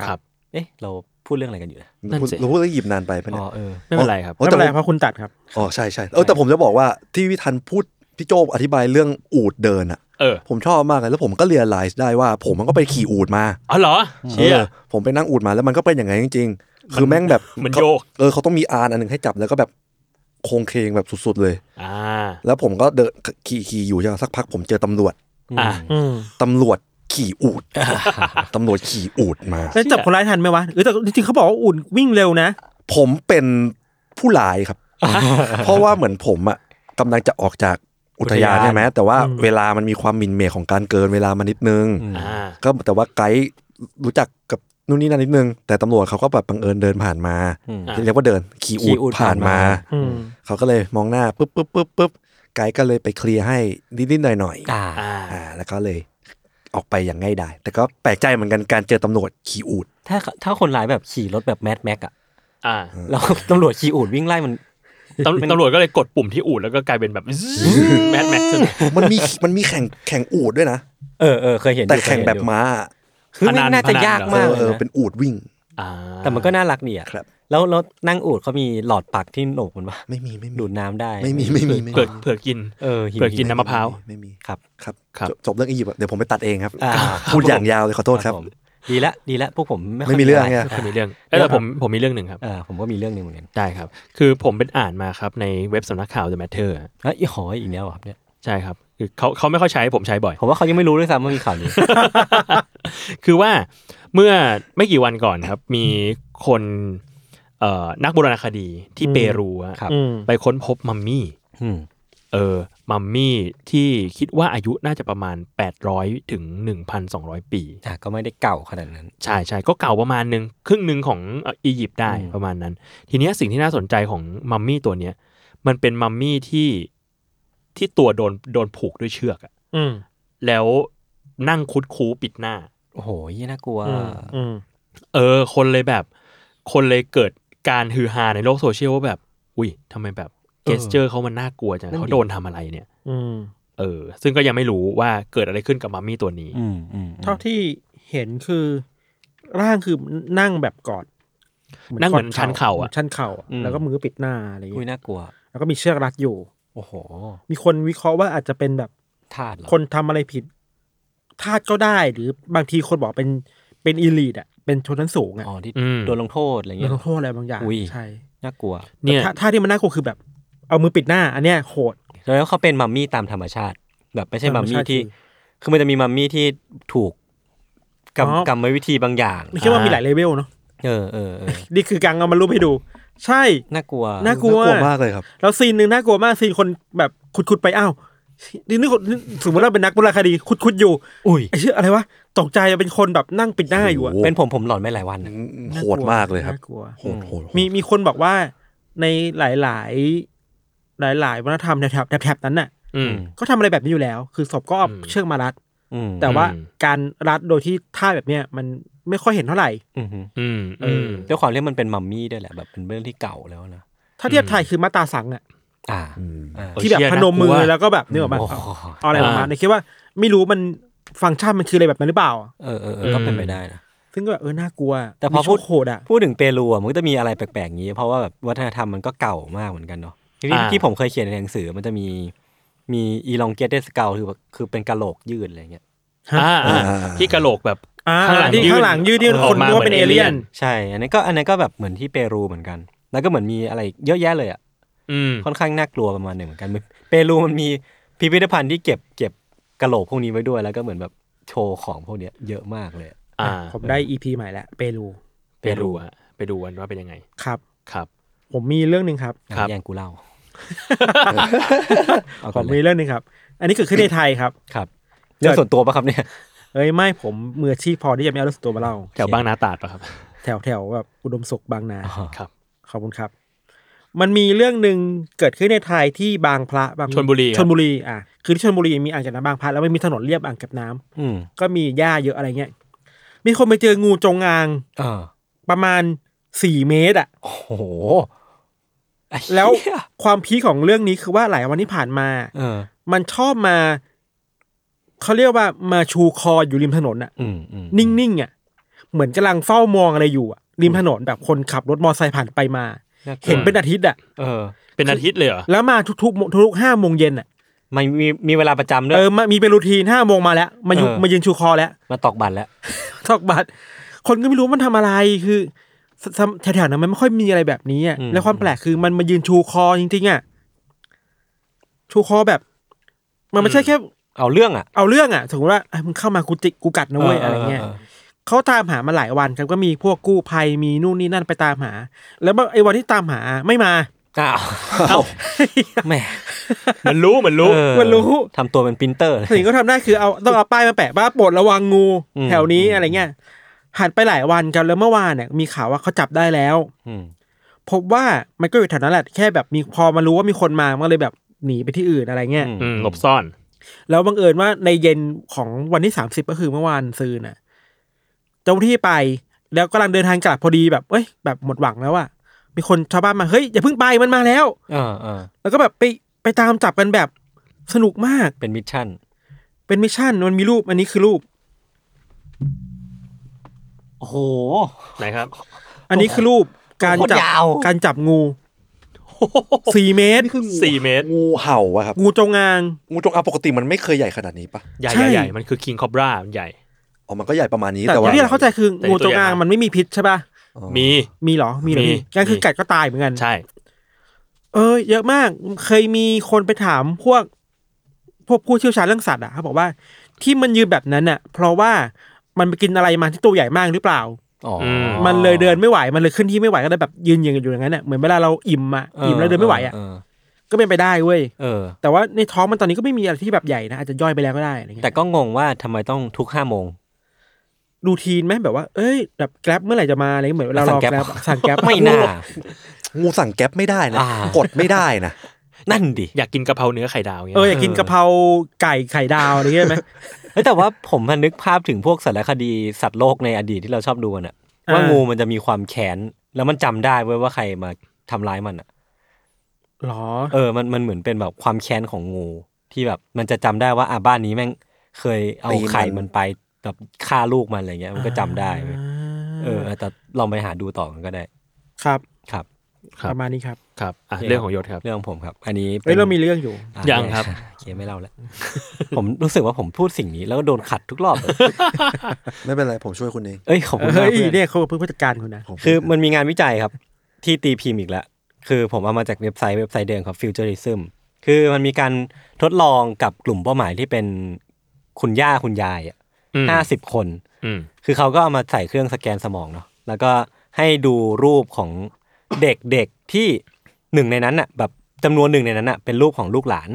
ครับ เอ๊ะเราพูดเรื่องอะไรกันอยู่นะ นั่นสิ รู้แล้วหยิบนานไปปะ อ๋ เนี่ อย เออ ไม่เป็นไรครับ อ๋อ ไม่ แต่ เป็นไรเพราะคุณตัดครับ อ๋อใช่ใช่เออแต่ผมจะบอกว่าที่พี่ทันพูดพี่โจอธิบายเรื่องอูดเดินอ่ะ เออ ผมชอบมากเลยแล้วผมก็เรียลไลซ์ได้ว่า ผมมันก็ไปขี่อูดมา อ๋อเหรอเชี่ย เออผมไปนั่งอูดมาแล้วมันก็เป็นอย่างไงจริง ๆ คือแม่งแบบ มัน เขา โยก เออเขาต้องมีอานอันหนึงให้จับแล้วก็แบบโครงเคงแบบสุดๆเลย อ่า แล้วผมก็เดินขี่ขี่อยู่ใช่ไหมสักพักผมเจอตำรวจ อ่า อืม ตำรวจขี่อูด ตำรวจขี่อูดมา แล้วจับคนร้ายทันไหมวะหรือแต่จริงๆเขาบอกว่าอุ่นวิ่งเร็วนะ ผม เป็นผู้ลายครับ เพราะว่าเหมือนผมอะกำลังจะออกจาก อุทยานใช่ไหมแต่ว่า อืม เวลามันมีความหมินเหมของการเกินเวลามานิดนึง อืม อ่า ก็แต่ว่าไกด์รู้จักกับนู่นนี่นั่นนิดนึง แต่ตำรวจเขาก็แบบบังเอิญเดินผ่านมา อืม อ่ะ เรียกว่าเดินขี่ ขี่อู อู ฐ ด ผ่า ผ่าน น มา มา อืม เขาก็เลยมองหน้าปุ๊บปุ๊บปุ๊บปุ๊บไกด์ก็เลยไปเคลียร์ให้นิดๆหน่อยๆ อ่า อ่า อ่าแล้วก็เลยออกไปอย่างง่ายดายแต่ก็แปลกใจเหมือนกันการเจอตำรวจขี่อูด ถ้าถ้าคนร้ายแบบขี่รถแบบแมดแม็กอะ อ่า แล้ว ตำรวจขี่อูดวิ่งไล่มัน ตำตำรวจก็เลยกดปุ่มที่อูดแล้วก็กลายเป็นแบบ แมทแม็กซ์ มันมี มันมีแข่งแข่งอูดด้วยนะ เออเออเคยเห็นอยู่ แต่แข่เคยงเห็น แบบ อยู่ ม้า คือไม่น่าจะยาก เอ มาก อ เล เอย อ นะ เป็นอูดวิ่ง อ่า แต่มันก็น่ารักดีอะ ครับ แล้วแล้วนั่งอูดเขามีหลอดปักที่โหนกมันปะ ไม่มีไม่มี ดูดน้ำได้ ไม่มีไม่มีไม่มี เผื่อเผื่อกิน เออหิว เผื่อกินน้ำมะพร้าว ไม่มี ครับ ครับ ครับ จบจบเรื่องอียิปต์อะเดี๋ยวผมไปตัดเองครับ อ่า พูดอย่างยาวเลยขอโทษครับ ผมดีละดีละพวกผมไม่ค่ย ไม่มีเรื่อง ะ ไง ไร ไม่เคยมีเรื่องเอ้ยแต่ผมผมมีเรื่องหนึ่งครับ เออผมก็มีเรื่องหนึ่งเหมือนกัน ได้ครับ คือผมเป็นอ่านมาครับในเว็บสำนักข่าว The Matter อะ เอ้ยอีหอยอีกแล้วเหรอครับเนี่ย ใช่ครับ คือเขาเขาไม่ค่อยใช้ผมใช้บ่อย ผมว่าเขายังไม่รู้ด้วยซ้ำว่ามีข่าวนี้ คือว่าเมื่อไม่กี่วันก่อนครับ มีคนเอ่อนักโบราณคดีที่เปรูอะ ครับ อืม ไปค้นพบมัมมี่ อืม เออมัมมี่ที่คิดว่าอายุน่าจะประมาณ 800 ถึง 1,200 ปี อ่ะก็ไม่ได้เก่าขนาดนั้น ใช่ใช่ก็เก่าประมาณหนึ่งครึ่งหนึ่งของเอ่ออียิปต์ได้ อืม ประมาณนั้น ทีเนี้ยสิ่งที่น่าสนใจของมัมมี่ตัวเนี้ยมันเป็นมัมมี่ที่ที่ตัวโดนโดนผูกด้วยเชือกอะ อืม แล้วนั่งคุดคูปิดหน้า โอ้โหยี่น่ากลัว อืมอืม เออ คนเลยแบบ คนเลยเกิดการฮือฮาในโลกโซเชียลว่าแบบ อุ้ยทำไมแบบเกสเจอร์เขามันน่ากลัวจัง นั่นดิ เขาโดนทำอะไรเนี่ย อืม เออ ซึ่งก็ยังไม่รู้ว่าเกิดอะไรขึ้นกับมัมมี่ตัวนี้ อืมอืมอืม เท่าที่เห็นคือร่างคือนั่งแบบกอด นั่งเหมือน กด ชั้นเข่าอะ ชันเข่าอะแล้วก็มือปิดหน้าอะไรอย่าง อุ้ย เงี้ย น่ากลัว แล้วก็มีเชือกรัดอยู่ โอ้โห มีคนวิเคราะห์ว่าอาจจะเป็นแบบ ธาตุเหรอ คนทำอะไรผิดทาสก็ได้หรือบางทีคนบอกเป็นเป็นอีลีดอ่ะเป็นชนชั้นสูงอ่ะ อ๋อที่ อืม โดนลงโทษอะไร มั เงี้ น ย ต้องโทษอะไรบางอย่าง อุ้ย ใช่ น่ากลัว เนี่ย แต่ถ้าถ้าที่มันน่ากลัวคือแบบ เอามือปิดหน้า อันเนี้ยโหด แล้วเขาเป็นมัมมี่ตามธรรมชาติ แบบไม่ใช่มัมมี่ที่ ธรรมชาติ คือมันจะมีมัมมี่ที่ถูก อ๋อ กำกำไว้วิธีบางอย่าง ไม่ใช่ว่า อ่ามี มีหลายเลเวลเนาะ เออเออเออ นี่คือกังเอามารูปให้ดู ใช่ น่ากลัว น่ากลัว น่ากลัวมากเลยครับ แล้วซีนหนึ่งน่ากลัวมากซีนคนแบบขุดๆไปอ้าวนี่นี่คนสมมติเราเป็นนักโบราณคดีขุดๆอยู่ อุ้ย ไอ้เชื่ออะไรวะตกใจเป็นคนแบบนั่งปิดหน้าอยู่อะ โอ้โห เป็นผมผมหลอนไม่หลายวันอะ โหดมากเลยครับ น่ากลัว โหดโหดโหด มีมีคนบอกว่าในหลายหลายหลายหลายๆวัฒนธรรมแถบแถบนั้นน่ะ อืม ก็ทำอะไรแบบนี้อยู่แล้ว คือศพก็เอา อืม เชือกมารัด อืม แต่ว่า อืม การรัดโดยที่ท่าแบบเนี้ยมันไม่ค่อยเห็นเท่าไหร่ อือหือ อืม เอ อื อ ม ด้วยความเรียกมันเป็นมัมมี่ด้วยแหละแบบเป็นเรื่องที่เก่าแล้วนะ ถ้าเทียบไทยคือมาตราสังอะ อ่า อืม อ่า โอ้ย ที่แบบ เชี่ยนะ พนมมื กลั อ ว แล้วก็แบบเนื้อออกมา โอ้โห เอาอะไรออกมา อ่า เนี่ยคิดว่าไม่รู้มันฟังก์ชันมันคืออะไรแบบนั้นหรือเปล่า เออเออเออก็เป็นไปได้นะ ซึ่งก็แบบเออน่ากลัว แต่พอ มี พูด โหดอะ พูดถึงเปรูอ่ะมันก็จะมีอะไรแปลกๆอย่างนี้ เพราะว่าแบบวัฒนธรรมมันก็เก่ามากเหมือนกันเนาะที่ อ่า ที่ผมเคยเขียนในหนังสือมันจะมีมีอีลองเกตเดสเกลคือแบบคือเป็นกะโหลกยืดอะไรเงี้ย อ่าอ่าที่กะโหลกแบบ อ่า ข้างหลัง ที่ ยื่น ข้างหลังยืดที่ อ ค อน กมา นึกว่าเป็น เหมื เอ อน เลี่ยน alien ใช่อันนั้นก็อันนั้นก็แบบเหมือนที่เปรูเหมือนกัน แล้วก็เหมือนมีอะไรเยอะแยะเลยอ่ะ อืม ค่อนข้างน่ากลัวประมาณหนึ่งเหมือนกันเปรูมันมีพิพิธภัณฑ์ที่เก็บเก็บกะโหลกพวกนี้ไว้ด้วยแล้วก็เหมือนแบบโชว์ของพวกเนี้ยเยอะมากเลยอะ อ่า ผมได้อีพีใหม่แล้วเปรู ไปดูอะไปดูกันว่าเป็นยังไง ครับ ครับ ผมมีเรื่องหนึ่งครับ ครับ แย่งกูเล่าเอา ผ ก่อน ม เล มี ย เรื่องหนึงครับ อันนี้เกิดขึ้นในไทยครับ ครับเรื่องส่วนตัวปะครับเนี่ย เอ้ยไม่ผมมืออาชีพพอที่จะไม่เอาเรื่องส่วนตัวมาเล่า แถวบางนาตราดปะครับ แถวแถวแบบอุดมสุขบางนา อ๋อ ครับ ขอบคุณครับ มันมีเรื่องหนึ่งเกิดขึ้นในไทยที่บางพระบาง ชลบุรีอะ ชนบุรีอ่ะคือที่ชนบุรีมีอ่างเก็บน้ำบางพระแล้วไม่มีถนนเรียบอ่างเก็บน้ำ อืม ก็มีหญ้าเยอะอะไรเงี้ยมีคนไปเจองูจงอาง เออ ประมาณสี่เมตรอ่ะ โอ้โหไอ้เหี้ย แล้วความพีคของเรื่องนี้คือว่าหลายวันที่ผ่านมา เออ มันชอบมาเขาเรียกว่ามาชูคออยู่ริมถนนอ่ะ อืมอืม นิ่งๆอ่ะเหมือนกำลังเฝ้ามองอะไรอยู่อะริมถนนแบบคนขับรถมอเตอร์ไซค์ผ่านไปมา ากลัว เห็นเป็นอาทิตย์อ่ะ เออ เป็นอาทิตย์เลยเหรอ แล้วมาทุกๆโมทุกห้าโมงเย็นอ่ะ มันมีมีเวลาประจำด้ว เอย อมามีเป็นรูทีนห้าโมงมาแล้ว มาอยู่ เออ มายืนชูคอแล้ว มาตอกบัตรแล้ว ทอกบัตรคนก็ไม่รู้มันทำอะไรคือสสแถวๆนั้นมันไม่ค่อยมีอะไรแบบนี้อะ อืม แล้วความแปลกคือมันมายืนชูคอจริงๆอ่ะชูคอแบบ มันไม่ใช่แค่ เอาเรื่องอ่ะ เอาเรื่องอ่ะสมมติว่าอ่ะมึงเข้ามากูจิกกูกัดนะเว้ยอะไรเงี้ย เขาตามหามาหลายวันครับก็มีพวกกู้ภัยมีนู่นนี่นั่นไปตามหา แล้วบางไอ้วันที่ตามหาไม่มา อ้าวแหม มันรู้มันรู้ เออ มันรู้ ทำตัวเป็นปรินเตอร์เลย สิ่งก็ทำได้คือเอาต้องเอาป้ายมาแปะว่าโปรดระวังงู อืม แถวนี้อะไรเงี้ยหันไปหลายวันกันแล้วเมื่อวานเนี่ยมีข่าวว่าเขาจับได้แล้ว อืม พบว่ามันก็อยู่แถวนั้นแหละแค่แบบมีพอมารู้ว่ามีคนมามันก็เลยแบบหนีไปที่อื่นอะไรเงี้ย อืมหลบซ่อน แล้วบังเอิญว่าในเย็นของวันที่สามสิบก็คือเมื่อวานซืนน่ะเจ้าหน้าที่ไปแล้วกำลังเดินทางกลับพอดีแบบเอ้ยแบบหมดหวังแล้วอะมีคนชาวบ้านมาเฮ้ยอย่าเพิ่งไปมันมาแล้ว เออเออ แล้วก็แบบไปไปตามจับกันแบบสนุกมาก เป็นมิชชั่น เป็นมิชชั่นมันมีรูปอันนี้คือรูป โอ้โห ไหนครับ อันนี้คือรูปการโคจับตรยาว การจับงูสี่เมตร นี่คืองู สี่เมตร งูเห่าอะครับ งูจงอาง งูจงอางปกติมันไม่เคยใหญ่ขนาดนี้ปะ ใหญ่ ใช่ ใหญ่ใหญ่มันคือคิงคอบราใหญ่ อ๋อมันก็ใหญ่ประมาณนี้ แต่ แต่ว่า ที่เราเข้าใจคือ แต่ งูจ ตัว ง ใหญ่ อาง มาก มันไม่มีพิษใช่ป่ะ อ๋อ มี มีเหรอ มีเหรอ มี พี่งั้นคือ มี กัดก็ตายเหมือนกัน ใช่ เออเยอะมากเคยมีคนไปถามพวก พวกผู้เชี่ยวชาญเรื่องสัตว์อ่ะเขาบอกว่า ที่มันยืนแบบนั้นอ่ะ เพราะว่ามันไปกินอะไรมาที่ตัวใหญ่มากหรือเปล่า อ๋ออ ม มันเลยเดินไม่ไหวมันเลยขึ้นที่ไม่ไหวก็เลยแบบยืนยืนอยู่อย่างนั้นอ่ะเหมือนเวลาเราอิ่มอ่ะอิ่มแล้วเดินไม่ไหวอ่ะ เออ ก็เป็นไปได้เว้ย เออ แต่ว่าในท้องมันตอนนี้ก็ไม่มีอะไรที่แบบใหญ่นะอาจจะย่อยไปแล้วก็ได้อะไรเงี้ย แต่ก็งงว่าทำไมต้องทุกห้าโมง รูทีนไหมแบบว่า เอ้ย แบบแกร็บเมื่อไหร่จะมาอะไรเหมือนเรา สั่ รอง แก Grab ร็บสั่งแกร็บ ไม่น่า งูสั่งแก๊ปไม่ได้นะ อ่า กดไม่ได้นะ นั่นดิ อยากกินกะเพราเนื้อไข่ดาวเงี้ เอออย ยากกินกะเพราไก่ไข่ดาวอะไรเงี้ ยไหม เฮ้ยแต่ว่าผมมันนึกภาพถึงพวกสารคดีสัตว์โลกในอดีตที่เราชอบดูกันอะ อ่า ว่างูมันจะมีความแค้นแล้วมันจำได้เว้ยว่าใครมาทำร้ายมันอะ หรอ เออมันมันเหมือนเป็นแบบความแค้นของงู ที่แบบมันจะจำได้ว่าอ่ะบ้านนี้แม่งเคยเอาไข่มันไปแบบฆ่าลูกมันอะไรเงี้ยมันก็จำได้เว้ยเออแต่ลองไปหาดูต่อกันก็ได้ ครับ ครับ ประมาณนี้ครับ ครับอ่ะเรื่องของยศครับ เรื่องของผมครับ อันนี้ป็น เอ้ยเรามีเรื่องอยู่ อ่ะ ยังครับ โอเคไม่เล่าแล้ว ผมรู้สึกว่าผมพูดสิ่งนี้แล้วก็โดนขัดทุกรอบเลย ไม่เป็นไรผมช่วยคุณเอง เอ้ยขอบคุณมาก เฮ้ย เพื่อน เนี่ยเขาเพิ่งผู้จัดการคุณนะ ผม คือมันมีงานวิจัยครับ ที่ตีพิมพ์อีกแล้ว คือผมเอามาจากเว็บไซต์เว็บไซต์เดิมครับ Futurism คือมันมีการทดลองกับกลุ่มเป้าหมายที่เป็นคุณย่าคุณยาย อืม ห้าสิบคน อืม คือเขาก็เอามาใส่เครื่องสแกนสมองเนาะแล้วก็ให้ดูรูปของเด็กๆที่หนึ่งในนั้นอ่ะแบบจำนวนหนึ่งในนั้นอ่ะเป็นรูปของลูกหลาน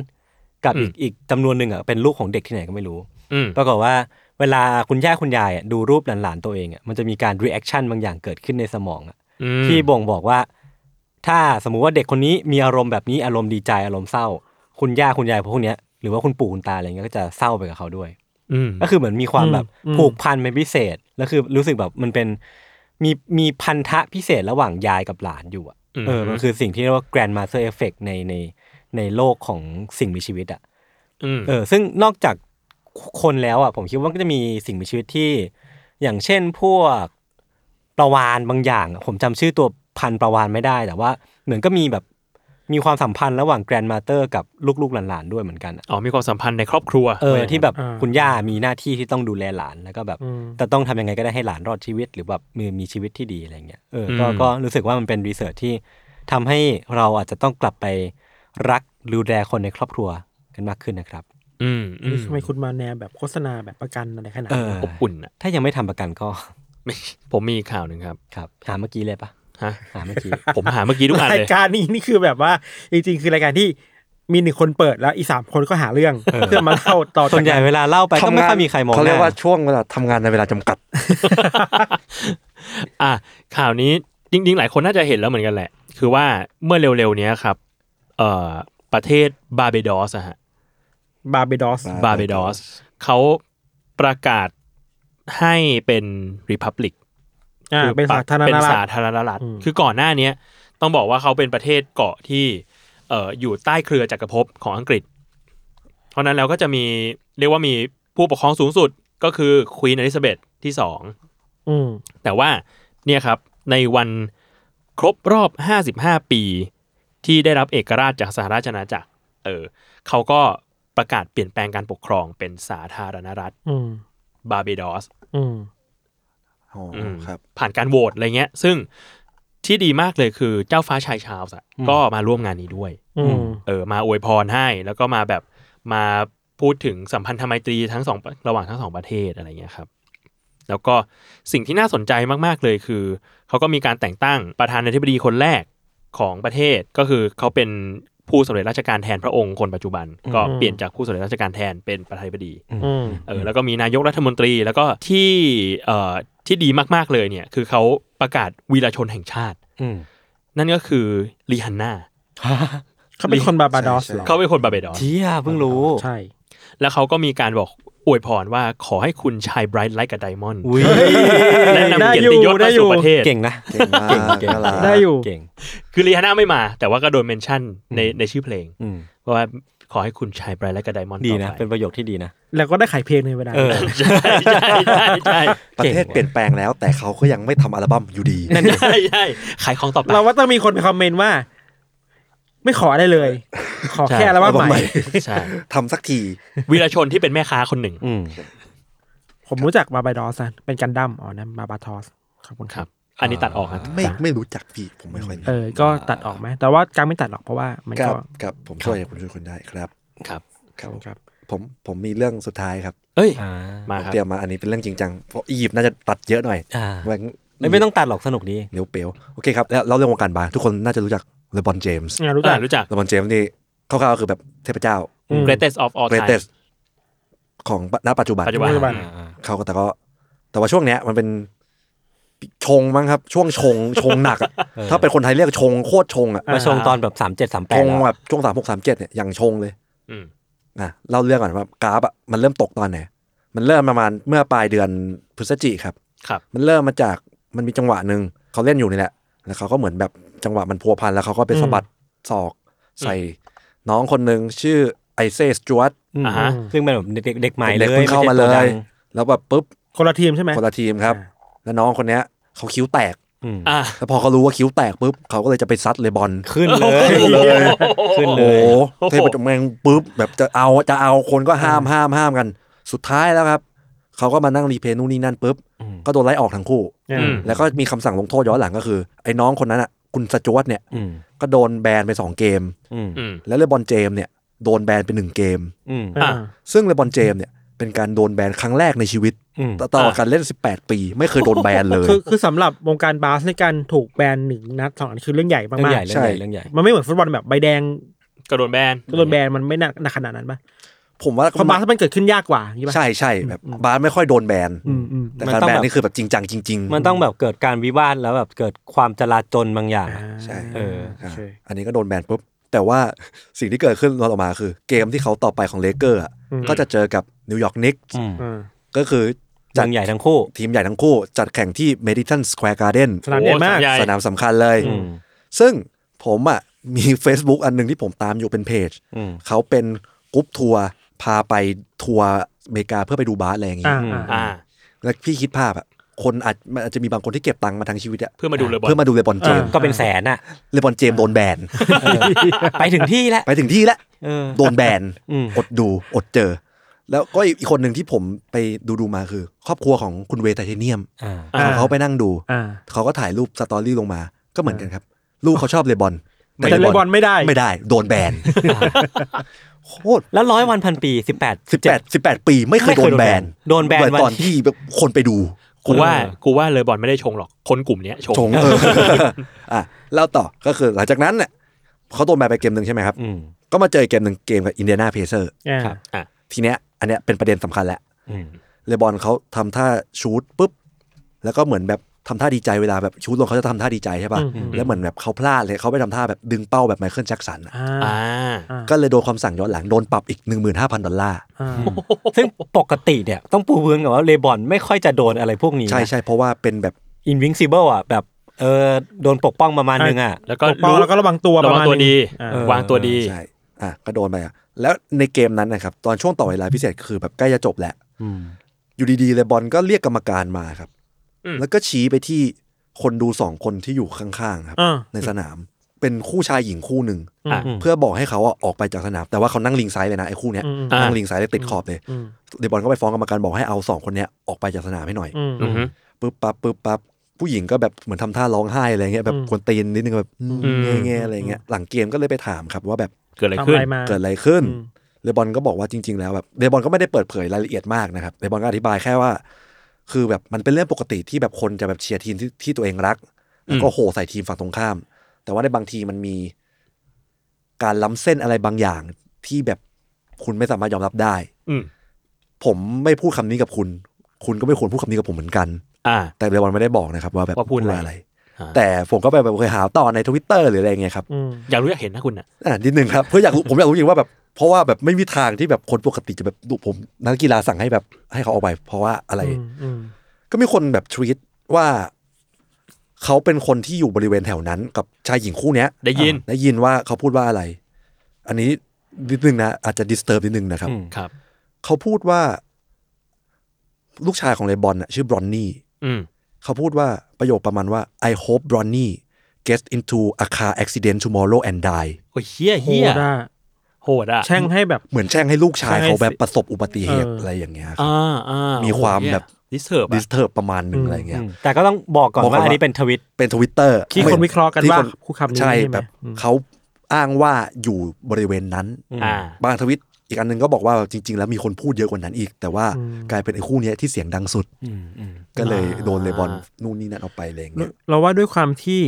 กับ อืม อีกอีกจำนวนหนึ่งอ่ะเป็นรูปของเด็กที่ไหนก็ไม่รู้ อืม ปรากฏว่าเวลาคุณย่าคุณยายอ่ะดูรูปหลานๆตัวเองอ่ะมันจะมีการรีแอคชั่นบางอย่างเกิดขึ้นในสมองอ่ะ อืม ที่บ่งบอกว่า ถ้าสมมุติว่าเด็กคนนี้มีอารมณ์แบบนี้อารมณ์ดีใจอารมณ์เศร้า คุณย่าคุณยายพวกเนี้ยหรือว่าคุณปู่คุณตาอะไรเงี้ยก็จะเศร้าไปกับเขาด้วย อืม ก็คือเหมือนมีความ อืม แบบ อืม ผูกพันเป็นพิเศษแล้วคือรู้สึกแบบมันเป็นมีมีพันธะพิเศษระหว่างยายกับหลานอยู่อะเออมันคือสิ่งที่เรียกว่า grandmaster effect ในในในโลกของสิ่งมีชีวิตอะ ม เออซึ่งนอกจากคนแล้วอ่ะผมคิดว่าก็จะมีสิ่งมีชีวิตที่ อย่างเช่นพวกประวานบางอย่างอะผมจำชื่อตัวพันธุ์ประวานไม่ได้ แต่ว่าเหมือนก็มีแบบมีความสัมพันธ์ระหว่างแกรนมาเตอร์กับลูกๆหลานๆด้วยเหมือนกันอะ อ๋อมีความสัมพันธ์ในครอบครัว เออที่แบบ อ่า คุณย่ามีหน้าที่ที่ต้องดูแลหลานแล้วก็แบบ อืม แต่ต้องทำยังไงก็ได้ให้หลานรอดชีวิต หรือแบบมีมีชีวิตที่ดีอะไรเงี้ยเออก็ก็รู้สึกว่ามันเป็นรีเสิร์ชที่ทำให้เราอาจจะต้องกลับไปรักดูแลคนในครอบครัวกันมากขึ้นนะครับ อืมอืม ทำไมคุณมาแนวแบบโฆษณาแบบประกันอะไรขนาด เอ นั้น อ อบอุ่นอ่ะ ถ้ายังไม่ทำประกันก็ ผมมีอีกข่าวหนึ่งครับ ครับหาเมื่อกี้เลยปะ ฮะ หาเมื่อกี้ ผมหาเมื่อกี้ทุกอัน รา เลย ย การนี้ นี่คือแบบว่า จริงๆ คือรายการที่มีหนึ่งคนเปิดแล้วอีกสามคนก็หาเรื่อง เออ เพื่อมาเล่าต่อจาก ส่วนใหญ่เวลาเล่าไปก็ไม่ค่อยมีใครมอง เขา ห เรีย น้าก ว่าช่วงเวลาทำงานในเวลาจำกัด อ่ะข่าวนี้จริง ๆ หลายคนน่าจะเห็นแล้วเหมือนกันแหละ คือว่าเมื่อเร็วๆเนี้ยครับเอ่อประเทศบาร์เบดอสอะฮะ บาร์เบดอส บาร์เบดอสเขาประกาศให้เป็นริพับลิก อ่าเป็นสาธารณ เป็น รัฐ สาธารณรัฐ อืม คือก่อนหน้าเนี้ยต้องบอกว่าเขาเป็นประเทศเกาะที่เอ่ออยู่ใต้เครือจักรภพของอังกฤษ เพราะฉะนั้นแล้วก็จะมีเรียกว่ามีผู้ปกครองสูงสุดก็คือควีนอลิซาเบธที่สอง อืม แต่ว่าเนี่ยครับในวันครบรอบ 55 ปี ที่ได้รับเอกราชจากสหราชอาณาจักรเออเขาก็ประกาศเปลี่ยนแปลงการปกครองเป็นสาธารณรัฐ อืม บาร์เบดอส อืม อ๋ออ ม ครับ ผ่านการโหวตอะไรเงี้ย ซึ่งที่ดีมากเลยคือเจ้าฟ้าชายชาร์ลส์อะก็มาร่วมงานนี้ด้วย อืม เออมาอวยพรให้แล้วก็มาแบบมาพูดถึงสัมพันธไมตรีทั้งสองระหว่างทั้งสองประเทศอะไรเงี้ยครับ แล้วก็สิ่งที่น่าสนใจมาก ๆ เลยคือ เขาก็มีการแต่งตั้งประธานาธิบดีคนแรก ของประเทศก็คือเขาเป็นผู้สำเร็จราชการแทนพระองค์คนปัจจุบัน ก็เปลี่ยนจากผู้สำเร็จราชการแทนเป็นประธานาธิบดี อืม เออแล้วก็มีนายกรัฐมนตรีแล้วก็ที่เอ่อที่ดีมากๆเลยเนี่ยคือเขาประกาศวีรชนแห่งชาติ อืม นั่นก็คือลีฮันนา เขาเป็นคนบาบาดอสเหรอ เขาเป็นคนบาเบดอส เที่ยเพิ่งรู้ ใช่ แล้วเขาก็มีการบอกอวยพรว่าขอให้คุณชายไบรท์ไลท์กับไดมอนด์ อุ้ย และนำ ได้ เกียร อยู่ ติยศ ได้ มา อยู่ สู่ประเทศ เก่งนะ เก่งมากน่ารัก ได้อยู่ เก่ง คือลีฮันนาไม่มา แต่ว่าก็โดนเมนชั่นในในชื่อเพลง อืม ว่าขอให้คุณชายไบรท์ไลท์กับไดมอนด์ ดี ต่อ นะ ไป เป็นประโยคที่ดีนะ แล้วก็ได้ขายเพลงในเวลา เออ ใช่ใช่ใช่ใช่ ประเทศเปลี่ยนแปลงแล้ว แต่เขาก็ยังไม่ทำอัลบั้มอยู่ดี ใช่ใช่ขายของต่อไป เราว่าต้องมีคนไปคอมเมนต์ว่า ไม่ขออะไรเลย ขอ ใช่ แค่แล้วว่าใหม่ ใช่ ทำสักที วีรชนที่เป็นแม่ค้าคนหนึ่ง อืม ผมรู้จักบาบาดอสนะเป็นกันดั้มอ๋อนะบาบาทอสขอบคุณ ค ค รั รับ บ อันนี้ตัดออกนะ ไม่ จ้ะ ไม่รู้จักพี่ผมไม่ค่อยรู้ เออ ก็ตัดออกไหมแต่ว่ากลางไม่ตัดหรอกเพราะว่ามัน ครั ก็ บครับผมช่วยคุณช่วยคนได้ครับ ครับ ครับ ครับ ผมผมมีเรื่องสุดท้ายครับ เอ้ย อ่า มา ผม ครับ เตรียมมาอันนี้เป็นเรื่องจริงจังเพราะอียิปต์น่าจะตัดเยอะหน่อย อ่า แม่ง ไม่ไม่ต้องตัดหรอกสนุกดี เหลียวเปลวโอเคครับแล้วเราเรื่องวงการบาสทุกคนน่าจะรู้จักเลบอนเจมส์ งานรู้ อ่า จัก รู้จัก เลบอนเจมส์นี่คร่าวๆคือแบบเทพเจ้า greatest of all time greatest ของณปัจจุบัน ปัจจุบัน ปัจจุบัน เขาก็แต่ก็ แต่ว่าช่วงเนี้ยมันเป็นชงมั้งครับ ช่วงชงชงหนักอะถ้าเป็นคนไทยเรียกชงโคตรชงอะ มาชงตอนแบบสามเจ็ดสามแป ช ด งแบบช่วงสามหกสามเจ็ดเนี่ยอย่างชงเลย อืม อ่ะเล่าเรื่องก่อนว่ากราฟอะมันเริ่มตกตอนไหนมันเริ่มประมาณเมื่อปลายเดือนพฤศจิกครับ ครับ มันเริ่มมาจากมันมีจังหวะหนึ่งเขาเล่นอยู่นี่แหละ แล้วเขาก็เหมือนแบบจังหวะมันพัวพันแล้วเขาก็ไปสะบัดศอกใส่ น้องคนหนึ่งชื่อไอเซสจวต อ่าฮะ ซึ่งเป็นแบบเด็กเด็กใหม่ เป็น เล เด็ก ย เพิ่งเข้ามา ไใช่ เล ตัวดั ย ง แล้วแบบปุ๊บ คนละทีมใช่ไหม คนละทีมครับ อ่า แล้วน้องคนเนี้ยเขาคิ้วแตก อืม อ่า แล้วพอเขารู้ว่าคิ้วแตกปุ๊บเขาก็เลยจะไปซัดเลบอน ขึ้นเลย ขึ้นเลย ขึ้น โอ้ เล โห ย เทพเจ้าแมงปุ๊บแบบจะเอาจะเอาคนก็ห้ามห้ามห้ามกัน สุดท้ายแล้วครับเขาก็มานั่งรีเพลย์นู่นนี่นั่นปุ๊บ อืม ก็โดนไล่ออกทั้งคู่ อืม แล้วก็มีคำสั่งลงโทษย้อนหลังก็คือ ไอ้น้องคนนั้นอ่ะคุณสจวตเนี่ย อืม ก็โดนแบนไป 2 เกม อืม อืม แล้วเลบอนเจมส์เนี่ยโดนแบนไปหนึ่งเกม อืม อ่า ซึ่งเลบอนเจมส์เนี่ยเป็นการโดนแบนครั้งแรกในชีวิต อืม ตลอดการเล่น 18 ปี ไม่เคยโดนแบนเลย คือคือสำหรับวงการบาสในการถูกแบนหนึ่งนัดสองนัดคือเรื่องใหญ่มา เรื่องใหญ่ ก เรื่อ ใช่ งใหญ่เรื่องใหญ่ ๆมันไม่เหมือนฟุตบอลแบบใบแดง กระโดนแบน โดนแบนมันไม่หนักหนักขนาดนั้นปะ ผมว่า ความบาสมันเกิดขึ้นยากกว่าอย่างนี้ปะ ใช่ใช่แบบบาสไม่ค่อยโดนแบน อืมอืม แต่ มัน การ ต้อง แบน แบบ นี่คือแบบจริงจังจริงๆ มันต้องแบบเกิดการวิวาทแล้วแบบเกิดความจลาจลบางอย่าง อ่า ใช่ เออ อ่ะ โค อันนี้ก็โดนแบนปุ๊บ แต่ว่า สิ่งที่เกิดขึ้นตอนออกมาคือ เกมที่เขาต่อไปของเลเกอร์อะก็จะเจอกับนิวยอร์กนิก อืม อ่า ก็คือ เมืองใหญ่ทั้งคู่ ทีมใหญ่ทั้งคู่ จัดแข่งที่ Madison Square Garden สนามใหญ่มาก โอ้สนามใหญ่ สนามสำคัญเลย อืม ซึ่งผมอ่ะมี Facebook อันหนึ่งที่ผมตามอยู่เป็นเพจ อืม เขาเป็นกรุ๊ปทัวร์พาไปทัวร์อเมริกาเพื่อไปดูบาสอะไรอย่างงี้ อ่าอ่า อ่า แล้วพี่คิดภาพอ่ะคนอาจมันอาจจะมีบางคนที่เก็บตังค์มาทั้งชีวิตอะ เพื่อมาดูเลบอน เพื่อมาดูเลบอนเจมส์ ก็เป็นแสนอ่ะ เลบอนเจมส์โดนแบน ไปถึงที่แล้ว ไปถึงที่แล้ว เออ โดนแบน อืม อดดูอดเจอ แล้วก็อีกคนหนึ่งที่ผมไปดูดูมาคือ ครอบครัวของคุณเวย์ไทเทเนียม อ่า อ่า ของเขาไปนั่งดู อ่า เขาก็ถ่ายรูปสตอรี่ลงมาก็เหมือนกันครับ ลูกเขาชอบเลบอน แต่เลบอนไม่ได้ ไม่ได้โดนแบนโคตร แล้วร้อยวันพันปีสิบแปด สิบแปดสิบแปดปีไม่เคยโดนแบน โดนแบน เหมือ วั ตอน นที่ ที่แบบคนไปดู กูว่ากูว่าเลบอนไม่ได้ชงหรอก คนกลุ่มเนี้ยชง ชงเออ อ่ะแล้วต่อก็คือหลังจากนั้นเนี่ยเขาโดนแบนไปเกมหนึ่งใช่ไหมครับ อืม ก็มาเจออีกเกมหนึ่งเกมกับอินเดียนาเพเซอร์ อ่า ครับ ทีเนี้ยอันเนี้ยเป็นประเด็นสำคัญแหละ อืม เลบอนเขาทำท่าชูตปุ๊บ แล้วก็เหมือนแบบทำท่าดีใจเวลาแบบชูตลงเขาจะทำท่าดีใจใช่ป่ะแล้วเหมือนแบบเขาพลาดเลยเขาไปทำท่าแบบดึงเป้าแบบไมเคิลแจ็คสันอะ อ่า อ่า ก็เลยโดนคำสั่งย้อนหลังโดนปรับอีก15,000ดอลลาร์ อ่า ซึ่งปกติเนี่ย ต้องปูพื้นกับว่าเลบอนไม่ค่อยจะโดนอะไรพวกนี้ ใช่ใช่เพราะว่าเป็นแบบ อินวิงซิเบิลอ่ะ แบบเออโดนปกป้องประมาณนึงอ่ะ แล้วก็ ปกป้องแล้วก็ระวังตัวประ ระวั มาง ณ ตัว นึง ดี อ่า เออ วางตัวดี ใช่ อ่ะก็โดนไปอ่ะ แล้วในเกมนั้นนะครับ ตอนช่วงต่อเวลาพิเศษคือแบบใกล้จะจบแหละ อืม อยู่ดีๆเลยบอลก็เรียกกรรมการมาครับ อืม แล้วก็ชี้ไปที่คนดูสองคนที่อยู่ข้างๆครับ อ่า ในสนาม เป็นคู่ชายหญิงคู่หนึ่ง อ่า อืม เพื่อบอกให้เขาอ่ะออกไปจากสนาม แต่ว่าเขานั่งลิงไซด์เลยนะไอ้คู่เนี้ย อืม อ่านั่ นั่งลิงไซด์เลยติดขอบเลย อืม เดบอลก็ไปฟ้องกรรมการบอกให้เอาสองคนเนี้ยออกไปจากสนามให้หน่อย อืม อือฮึ ปึ๊บปั๊บปึ๊บปั๊บผู้หญิงก็แบบเหมือนทำท่าร้องไห้อะไรเงี้ยแบบ อืม กวนตีนนิดนึงแบบ อืม เงี้ยๆอะไรเงี้ย หลังเกมก็เลยไปถามครับว่าแบบ เกิดอะไร ทำ ขึ้ อะ น ไรมา เกิดอะไรขึ้น อืม เลบอนก็บอกว่าจริง ๆ แล้วแบบเลบอนก็ไม่ได้เปิดเผยรายละเอียดมากนะครับ เลบอนก็อธิบายแค่ว่า คือแบบมันเป็นเรื่องปกติที่แบบคนจะแบบเชียร์ทีมที่ที่ตัวเองรัก แล้วก็โหใส่ทีมฝั่งตรงข้าม แต่ว่าในบางทีมันมีการล้ำเส้นอะไรบางอย่างที่แบบคุณไม่สามารถยอมรับได้ อืม ผมไม่พูดคำนี้กับคุณ คุณก็ไม่ควรพูดคำนี้กับผมเหมือนกัน อ่า แต่เรวันไม่ได้บอกนะครับ ว่าแบบ ว่าพูดอะไร อ่า แต่ผมก็ไปแบบเคยหาต่อในทวิตเตอร์หรืออะไรอย่างเงี้ยครับ อืม อยากรู้อยากเห็นนะคุณอ่ะ อ่านิดนึงครับเพื่ออยากรู้ ผมอยากรู้จริงว่าแบบเพราะว่าแบบไม่มีทางที่แบบคนปกติจะแบบดุผมนักกีฬาสั่งให้แบบให้เขาออกไป เพราะว่าอะไร อืมอืม ก็มีคนแบบทวีตว่าเขาเป็นคนที่อยู่บริเวณแถวนั้น กับชายหญิงคู่เนี้ย ได้ยิน อ่าได้ยินว่าเขาพูดว่าอะไร อันนี้นิดนึงนะอาจจะดิสเทิร์บนิดนึงนะครับ อืม ครับ เขาพูดว่า ลูกชายของเลบอนน่ะชื่อบรอนนี่ อืม เขาพูดว่าประโยคประมาณว่า I hope Bronny gets into a car accident tomorrow and die โอ้ยเฮี้ย โห เฮี้ย ดอ่ะ โหดอ่ะ แช่งให้แบบ เหมือนแช่งให้ลูกชาย ใช่ เขาแบบประสบอุบัติเหตุ เอออ อะไรอย่างเงี้ยครับ อ่าอ่า มี มี ความแบบ ดิสเทิร์บ ดิสเทิร์บประมาณหนึ่ง อืม อะไรอย่างเงี้ย แต่ก็ต้องบอกก่อน บอกก่อน ว่าอัน ว่า นี้เป็นทวิต เป็นทวิตเตอร์ ที่คนวิเคราะห์กันว่าคู่คำนี้ ใช่ ใช่ไหม แบบ อืม เขาอ้างว่าอยู่บริเวณนั้น อ่า บางทวิตอีกอันหนึงก็บอกว่าจริง ๆ แล้วมีคนพูดเยอะกว่านั้นอีก แต่ว่า อืม กลายเป็นไอ้คู่เนี้ยที่เสียงดังสุด อืมอืม ก็เลย อ่า โดนเลบอนนู่นนี่นั่นเอาไปอะไรอย่างเงี้ย เราว่าด้วยความที่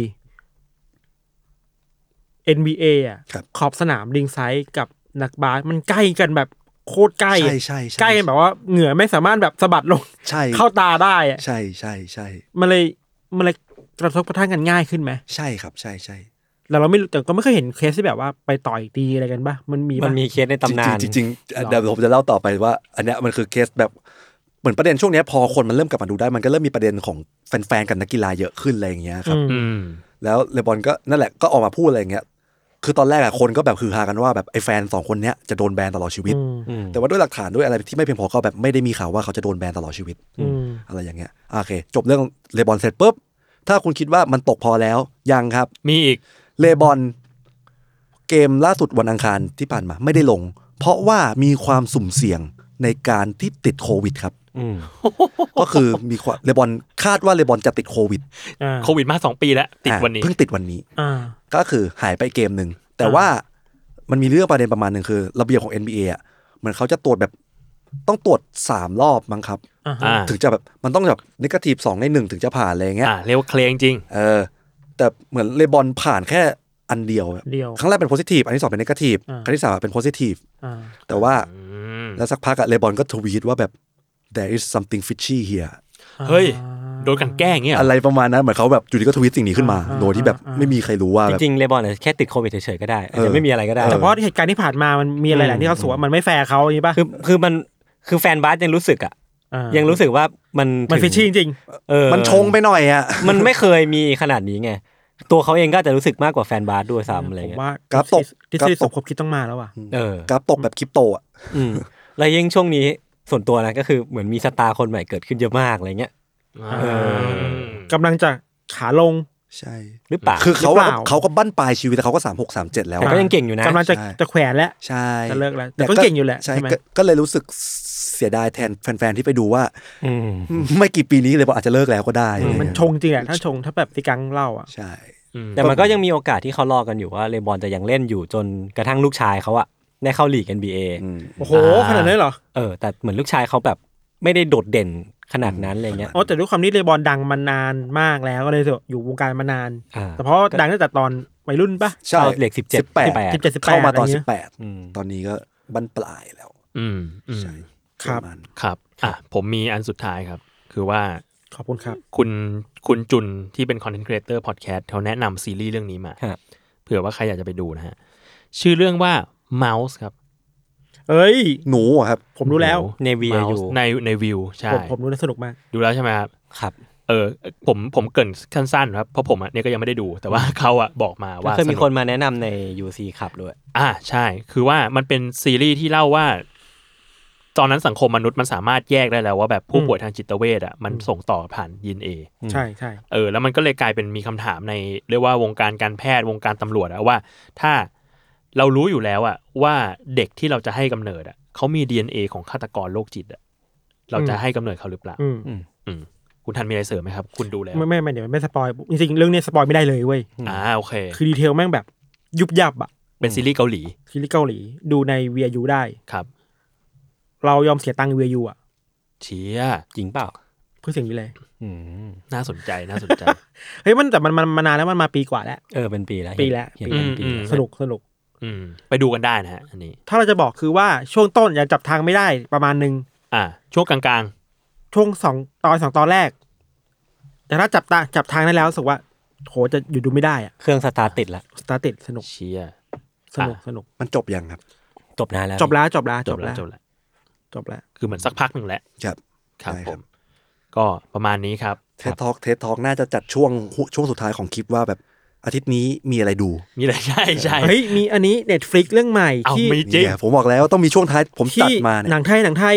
NBA อ่ะ ครับ ขอบสนามริงไซด์กับนักบาสมันใกล้กันแบบโคตรใกล้ ใช่ อะ ใช่ ใกล้กันแบบว่าเหงื่อไม่สามารถแบบสะบัดลง ใช่ เข้าตาได้อะ ใช่ใช่ใช่ มันเลยมันเลยกระทบกระทั่งกันง่ายขึ้นไหม ใช่ครับ ใช่ใช่ แล้วเราไม่รู้แต่ก็ไม่เคยเห็นเคสที่แบบว่าไปต่อยตีอะไรกันปะมันมีปะ มันมีเคสในตำนาน จริงๆจริงๆเดี๋ยวผมจะเล่าต่อไปว่า อันเนี้ยมันคือเคสแบบเหมือนประเด็นช่วงเนี้ยพอคนมันเริ่มกลับมาดูได้มันก็เริ่มมีประเด็นของแฟนๆกับนักกีฬาเยอะขึ้นอะไรอย่างเงี้ยครับ อืม อืม แล้วเลบอนก็นั่นแหละก็ออกมาพูดอะไรอย่างเงี้ยคือตอนแรกอะคนก็แบบคือฮากันว่าแบบไอ้แฟนสองคนเนี้ยจะโดนแบนตลอดชีวิต อืม อืม แต่ว่าด้วยหลักฐานด้วยอะไรที่ไม่เพียงพอก็แบบไม่ได้มีข่าวว่าเขาจะโดนแบนตลอดชีวิต อืม อะไรอย่างเงี้ยอ่ะโอเค จบเรื่องเลบอนเสร็จปุ๊บถ้าคุณคิดว่ามันตกพอแล้วยังครับ มีอีก เลบอนเกมล่าสุดวันอังคารที่ผ่านมาไม่ได้ลง เพราะว่ามีความสุ่มเสี่ยงในการที่ติดโควิดครับ อืม ก็คือมีความเลบอนคาดว่าเลบอนจะติดโควิด อ่า โควิดมาสองปีแล้ว ติดวันนี้ อ่ะเพิ่งติดวันนี้ อ่า ก็คือหายไปเกมหนึ่ง แต่ อ่า ว่ามันมีเรื่องประเด็นประมาณหนึ่งคือ ระเบียบของ NBA อ่ะเหมือนเขาจะตรวจแบบต้องตรวจสามรอบมั้งครับ อ่า อ่า ถึงจะแบบมันต้องแบบนิเกทีฟสองในหนึ่งถึงจะผ่านอะไรอย่างเงี้ย อ่าเร็วาเคลงจริง เออแต่เหมือนเลบอนผ่านแค่อันเดียว เดียว ครั้งแรกเป็นโพซิทีฟอันที่สองเป็นนกาทีฟ อ่า ครั้งที่สามเป็นโพซิทีฟ อ่า แต่ว่า อืม แล้วสักพักอะเลบอนก็ทวีตว่าแบบ there is something fishy here เฮ้ย โดนกลันแกล้งเงี้ยเหรอ อะไรประมาณนั้น เหมือนเขาแบบอยู่ดีก็ทวีตสิ่งนี้ขึ้นมา อ่า โดยที่แบบ อ่า ไม่มีใครรู้ว่าแบบ จริงๆเลบอนเนี่ยแค่ติดโควิดเฉยๆก็ได้อาจ เอ จะ อ ไม่มีอะไรก็ได้ แต่เพราะเหตุการณ์ที่ผ่านมามันมีอะไรหลายที่เขาสวนมันไม่แฟร์เขาอย่างนี้ปะ คือคือมันคือแฟนบาสยังรู้สึกอ่ะ อ่า ยังรู้สึกว่ามัน มัน ถึง ฟิชชิ่งจริง เออ มันชงไปหน่อยอะ มันไม่เคยมีขนาดนี้ไง ตัวเขาเองก็อาจจะรู้สึกมากกว่าแฟนบาสด้วยซ้ำอะไร ผม เงี้ย ว่าก ราฟตก ทฤษ กราฟ ฎี ต ส ก มคบคิดต้องมาแล้วอ่ะ เออก ราฟตกแบบคริปโตอะ อืมแล้วยิ่งช่วงนี้ส่วนตัวนะก็คือเหมือนมีสตาร์คนใหม่เกิดขึ้นเยอะมากอะไรเงี้ย อ่า กำลังจะขาลง ใช่ หรือเปล่า คือเขาหรือเปอะล่า เขาก็บั้นปลายชีวิตแต่เขาก็สามหกสามเจ็ดแล้ว แต่ อะ ก็ยังเก่งอยู่นะ กำลังจะ ใช่ จะแขวนแล้ว ใช่ จะเลิกแล้วแต่ก็เก่งอยู่แหละ ใช่ ใช่ไหม ก็ก็เลยรู้สึกเสียดายแทนแฟนๆที่ไปดูว่า อืม ไม่กี่ปีนี้เลยบอนอาจจะเลิกแล้วก็ได้ เออมันชงจริงแหละถ้าชงถ้าแบบติกังเล่าอ่ะ ใช่ แต่มันก็ยังมีโอกาสที่เขารอกันอยู่ว่าเลบอนจะยังเล่นอยู่จนกระทั่งลูกชายเขาอะได้เข้าลีก NBA อืม โอ้โห อ่า ขนาดนั้นเหรอ เออ แต่เหมือนลูกชายเขาแบบไม่ได้โดดเด่นขนาดนั้นอะไรเงี้ย อ๋อแต่ด้วยความที่เลบอนดังมานานมากแล้วก็เลยอยู่วงการมานาน อ่า แต่เพราะดังตั้งแต่ตอนวัยรุ่นปะ ใช่ เอาเหล็ก17 18 17 18 เข้ามาตอน อะไรเงี้ย อืม 18 ตอนนี้ก็บั้นปลายแล้ว อืมอืม ใช่ ครับ ปะมาณ ครับ อ่ะ ผมมีอันสุดท้ายครับ คือว่า ขอบคุณครับ คุณคุณจุนที่เป็นคอนเทนต์ครีเอเตอร์พอดแคสต์เขาแนะนำซีรีส์เรื่องนี้มา ครับ เผื่อว่าใครอยากจะไปดูนะฮะ ชื่อเรื่องว่า Mouse ครับ เอ้ย หนูอะครับ ผมรู้แล้ว ในวีอ Mouse ยู่ ในในวิวใช่ ผมผมรู้แล้วสนุกมาก ดูแล้วใช่ไหมครับ ครับ เออ ผมผมเกรินสั้นๆครับเพราะผมอ่ะเนี่ยก็ยังไม่ได้ดูแต่ว่าเขาอ่ะบอกมาว่า เคยมี ส ค นุก นมาแนะนำใน UC ขับด้วย อ่าใช่ คือว่ามันเป็นซีรีส์ที่เล่าว่า ตอนนั้นสังคมมนุษย์มันสามารถแยกได้แล้วว่าแบบผู้ อืม ป่วยทางจิตเวชอ่ะมันส่งต่อผ่านยีนเอ ใช่ใช่ เออ แล้วมันก็เลยกลายเป็นมีคำถามในเรียกว่าวงการการแพทย์วงการตำรวจอะว่า ถ้าเรารู้อยู่แล้วอะว่าเด็กที่เราจะให้กำเนิดอะเขามี DNA ของฆาตกรโรคจิตอะเราจะให้กำเนิดเขาหรือเปล่า อืม อืม คุณทันมีอะไรเสริมไหมครับ คุณดูแล้ว ไม่ไม่ไม่เดี๋ยวไม่สปอยจริงๆเรื่องเนี้ยสปอยไม่ได้เลยเว้ย อ่าโอเค คือดีเทลแม่งแบบยุบยับอ่ะ เป็นซีรีส์เกาหลี ซีรีส์เกาหลีดูในวียูได้ ครับ เรายอมเสียตังค์วียูอ่ะ เชีย จริงเปล่า เ คือเสียงวิไล อืม น่าสนใจน่าสนใจ เฮ้ยมันแต่มันมันมานานแล้วมันมาปีกว่าแล้ว เออเป็นปีแล้ว ปีแล้ว เห็นเป็น ปี ปี แล้ว แล้ว สนุกสนุก อืมไปดูกันได้นะฮะอันนี้ ถ้าเราจะบอกคือว่าช่วงต้นยังจับทางไม่ได้ประมาณหนึ่ง อ่า ช่วงกลาง ช่วงสองตอนสองตอนแรก แต่ถ้าจับตาจับทางได้แล้วรู้สึกว่า โหจะอยู่ดูไม่ได้อะ เครื่องสตาร์ทติดละ สตาร์ติดสนุก ๆเชีย สนุกสนุก มันจบยังครับ จบนานแล้ว จบแล้วจบแล้ว จ จ บบ แล้ แล้ว ว จบแล้ว จบแล้ว คือเหมือนสักพักหนึ่งแหละ ครับ ครับ ได้ ผม ก็ประมาณนี้ครับ เทสทอกเทสทอกน่าจะจัดช่วงช่วงสุดท้ายของคลิปว่าแบบอาทิตย์นี้มีอะไรดู มีอะไรใช่ใช่ เฮ้ยมีอันนี้เน็ตฟลิกเรื่องใหม่ เอา ที่ มีจริง เนี่ยผมบอกแล้วต้องมีช่วงท้ายผมจั ที่ ดมาเนี่ หนั ย งไทยหนังไทย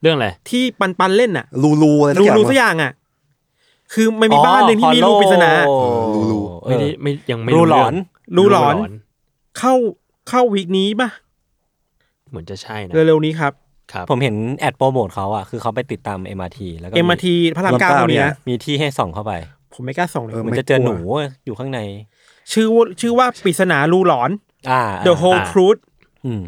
เรื่องอะไร ที่ปันปันเล่นน่ะ ลูลูอะไรสั รู กอย่าง รู วะ สักอย่างอ่ะ คือมันมีบ้านหนึ่งที่มีรูปปริศนา รูรู ไม่ ไม่ได้ ได้ ไม่ยังไม่ รู เง หลอน รูหลอน เข้าเข้าวีคนี้ป่ะ เหมือนจะใช่นะ เร็วๆนี้ครับ ครับ ผมเห็นแอดโปรโมทเขาอ่ะ คือเขาไปติดตาม MRT แล้วก็ เอ็มอาทีพระราม ลำ เก้า เก้า ตรงนี้ เนี่ นะ ย มีที่ให้ส่องเข้าไป ผมไม่กล้าส่องเลย เออ มันจะเจอหนูอยู่ข้างใน ชื่อชื่อว่าปริศนารูหลอน อ่า The Whole Truth อืม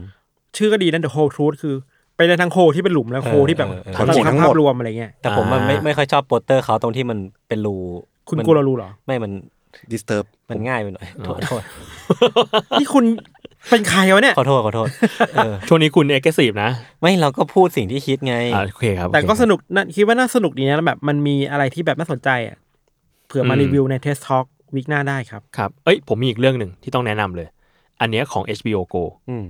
ชื่อก็ดีนะ The Whole Truth คือไปในทางโคที่เป็นหลุมแล้วโคที่แบบ เออเออ ทั้งหมดทั้งภาพรวมอะไรเงี้ย แต่ผมมันไม่ไม่ค่อยชอบโปสเตอร์เขาตรงที่มันเป็นรู คุณ มัน กลัวเรารู้เหรอ ไม่มัน ดิสเทิร์บ มันง่ายไปหน่อยโทษโทษ นี่คุณเป็นใครวะเนี่ย ขอโทษขอโทษเออ ช่วงนี้คุณเอ็กซ์ซีฟนะ ไม่เราก็พูดสิ่งที่คิดไง อ่าโอเคครับ แต่ โอเค ก็ ครับ สนุกนะคิดว่าน่าสนุกดีนะแล้วแบบมันมีอะไรที่แบบน่าสนใจอ่ะเผื่อมา อืม รีวิวในเทสท็อกวิกหน้าได้ครับ ครับ เอ้ย ผมมีอีกเรื่องหนึ่งที่ต้องแนะนำเลย อันเนี้ยของ HBO Go อืม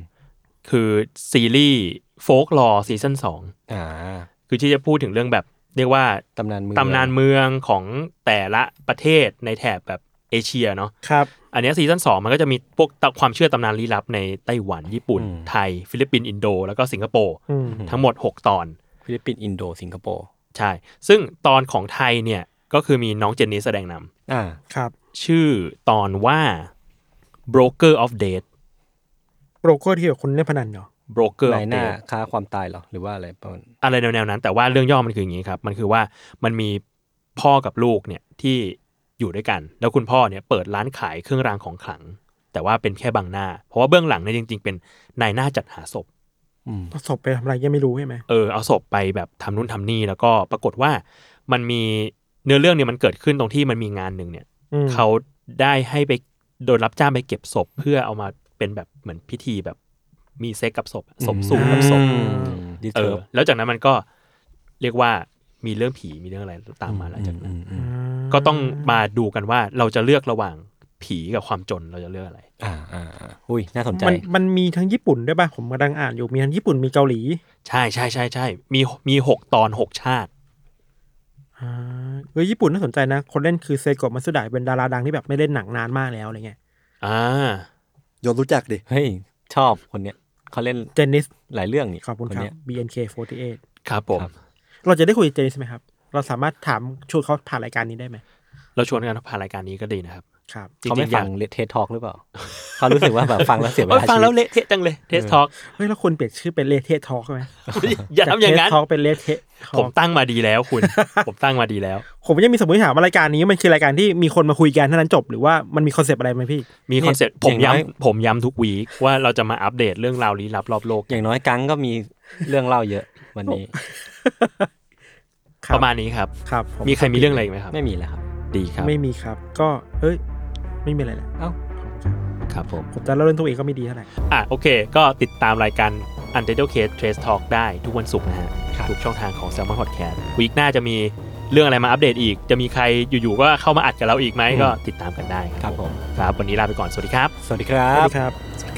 คือซีรีส์โฟกลอซีซั่นสอง อ่า คือที่จะพูดถึงเรื่องแบบ เรียกว่า ตำนานมือ ตำนานเมืองของแต่ละประเทศในแถบแบบเอเชียเนาะ ครับ อันเนี้ซีซั่นสองมันก็จะมีพวกตะความเชื่อตำนานลี้ลับในไต้หวัน ญี่ปุ่น ไทย ฟิลิปปินส์อินโด แล้วก็สิงคโปร์ อืม ทั้งหมด 6 ตอน ฟิลิปปินส์อินโดสิงคโปร์ ใช่ ซึ่งตอนของไทยเนี่ยก็คือมีน้องเจนนี่แสดงน อ่า ครับ ำชื่อตอนว่า broker of date โปรเกอร์ที่เกี่ยวกับคนเล่นพนันเนาะ broker นาย of หน้า date ค้าความตายเหรอ หรือว่าอะไรประมาณ อะไรแนวๆนั้น แต่ว่าเรื่องย่อมันคืออย่างนี้ครับ มันคือว่ามันมีพ่อกับลูกเนี่ยที่อยู่ด้วยกัน แล้วคุณพ่อเนี่ยเปิดร้านขายเครื่องรางของขลัง แต่ว่าเป็นแค่บางหน้า เพราะว่าเบื้องหลังเนี่ยจริง ๆ เป็นนายหน้าจัดหาศพ ประสบไปทำอะไรยังไม่รู้ใช่ไหม เออเอาศพไปแบบทำนู่นทำนี่แล้วก็ปรากฏว่ามันมีเนื้อเรื่องเนี่ยมันเกิดขึ้นตรงที่มันมีงานหนึ่งเนี่ย อืม เขาได้ให้ไปโดนรับจ้างไปเก็บศพ เพื่อเอามาเป็นแบบเหมือนพิธีแบบมีเซ็กกับศพอะศพสูงกับศพ ดิ เอ เทอ อ ร์ แล้วจากนั้นมันก็เรียกว่ามีเรื่องผีมีเรื่องอะไรตามมาหลังจากนั้น ก็ต้องมาดูกันว่าเราจะเลือกระหว่างผีกับความจนเราจะเลือกอะไร อ่าอ่าอ่าอุ้ยน่าสนใจ มันมันมีทั้งญี่ปุ่นด้วยป่ะ ผมกำลังอ่านอยู่มีทั้งญี่ปุ่นมีเกาหลี ใช่ใช่ใช่ใช่มีมีหกตอนหกชาติ อ่าเออญี่ปุ่นน่าสนใจนะ คนเล่นคือเซโกะมัสุดายเป็นดาราดังที่แบบไม่เล่นหนังนานมากแล้วอะไรเงี้ย อ่า ยนรู้จักดิ เฮ้ย ชอบคนเนี้ยเขาเล่น เจนนิส หลายเรื่องนี่ ขอบคุณ น ครับ เนี้ย BNK48 ครับผม ครับ เราจะได้คุยกับเจนนิสไหมครับ เราสามารถถามชวนเขาผ่านรายการนี้ได้ไหม เราชวนกันผ่านรายการนี้ก็ดีนะครับ ครับ จริงๆ เขาไม่ อ ฟั ยาก งเทสทอกหรือเปล่า เขารู้สึกว่าแบบฟังแล้วเสียเว โอ๊ย ลา ฟังแล้ว ชีวิต เละเทะจังเลยเทสท็อก เฮ้ยเราควรเปลี่ยนชื่อเป็นเลเทสทอล์กไหม อย่าทำอย่างนั้น ทอล์กเป็นเลเทสท ผ อ ม ล์ก ตั้งมาดีแล้วคุณ ผมตั้งมาดีแล้ว ผมยังมีสมมติฐานว่ารายการนี้มันคือรายการที่มีคนมาคุยกันเท่านั้นจบหรือว่ามันมีคอนเซปต์อะไรไหมพี่ มีคอนเซ็ปต์ผมย้ำผมย้ำทุกวีคว่าเราจะมาอัปเดตเรื่องราวลี้ลับรอบโลก อย่างน้อยกังก็มีเรื่องเล่าเยอะ วันนี้ ครับ ประมาณนี้ครับ ครับผ มีใครมีเรื่องอะไรอีกไหมครับ ไม่มีแล้วครับ ดีครับ ไม่มีครับ ก็เอ้ยไม่มีอะไรแหละ เอ้า ครับผม ผมจะเล่าเรื่องตัวเองก็ไม่ดีเท่าไหร่ อ่ะโอเค ก็ติดตามรายการ Untitled Case Trace Talk ได้ทุกวันศุกร์นะฮะทุกช่องทางของ Salmon Podcast วีคหน้าจะมีเรื่องอะไรมาอัปเดตอีก จะมีใครอยู่ๆก็เข้ามาอัดกับเราอีกไหมก็ติดตามกันได้ ครับผม ครับวันนี้ลาไปก่อนสวัสดีครับ สวัสดีครั สวัส บ ดีครับ สวัสดี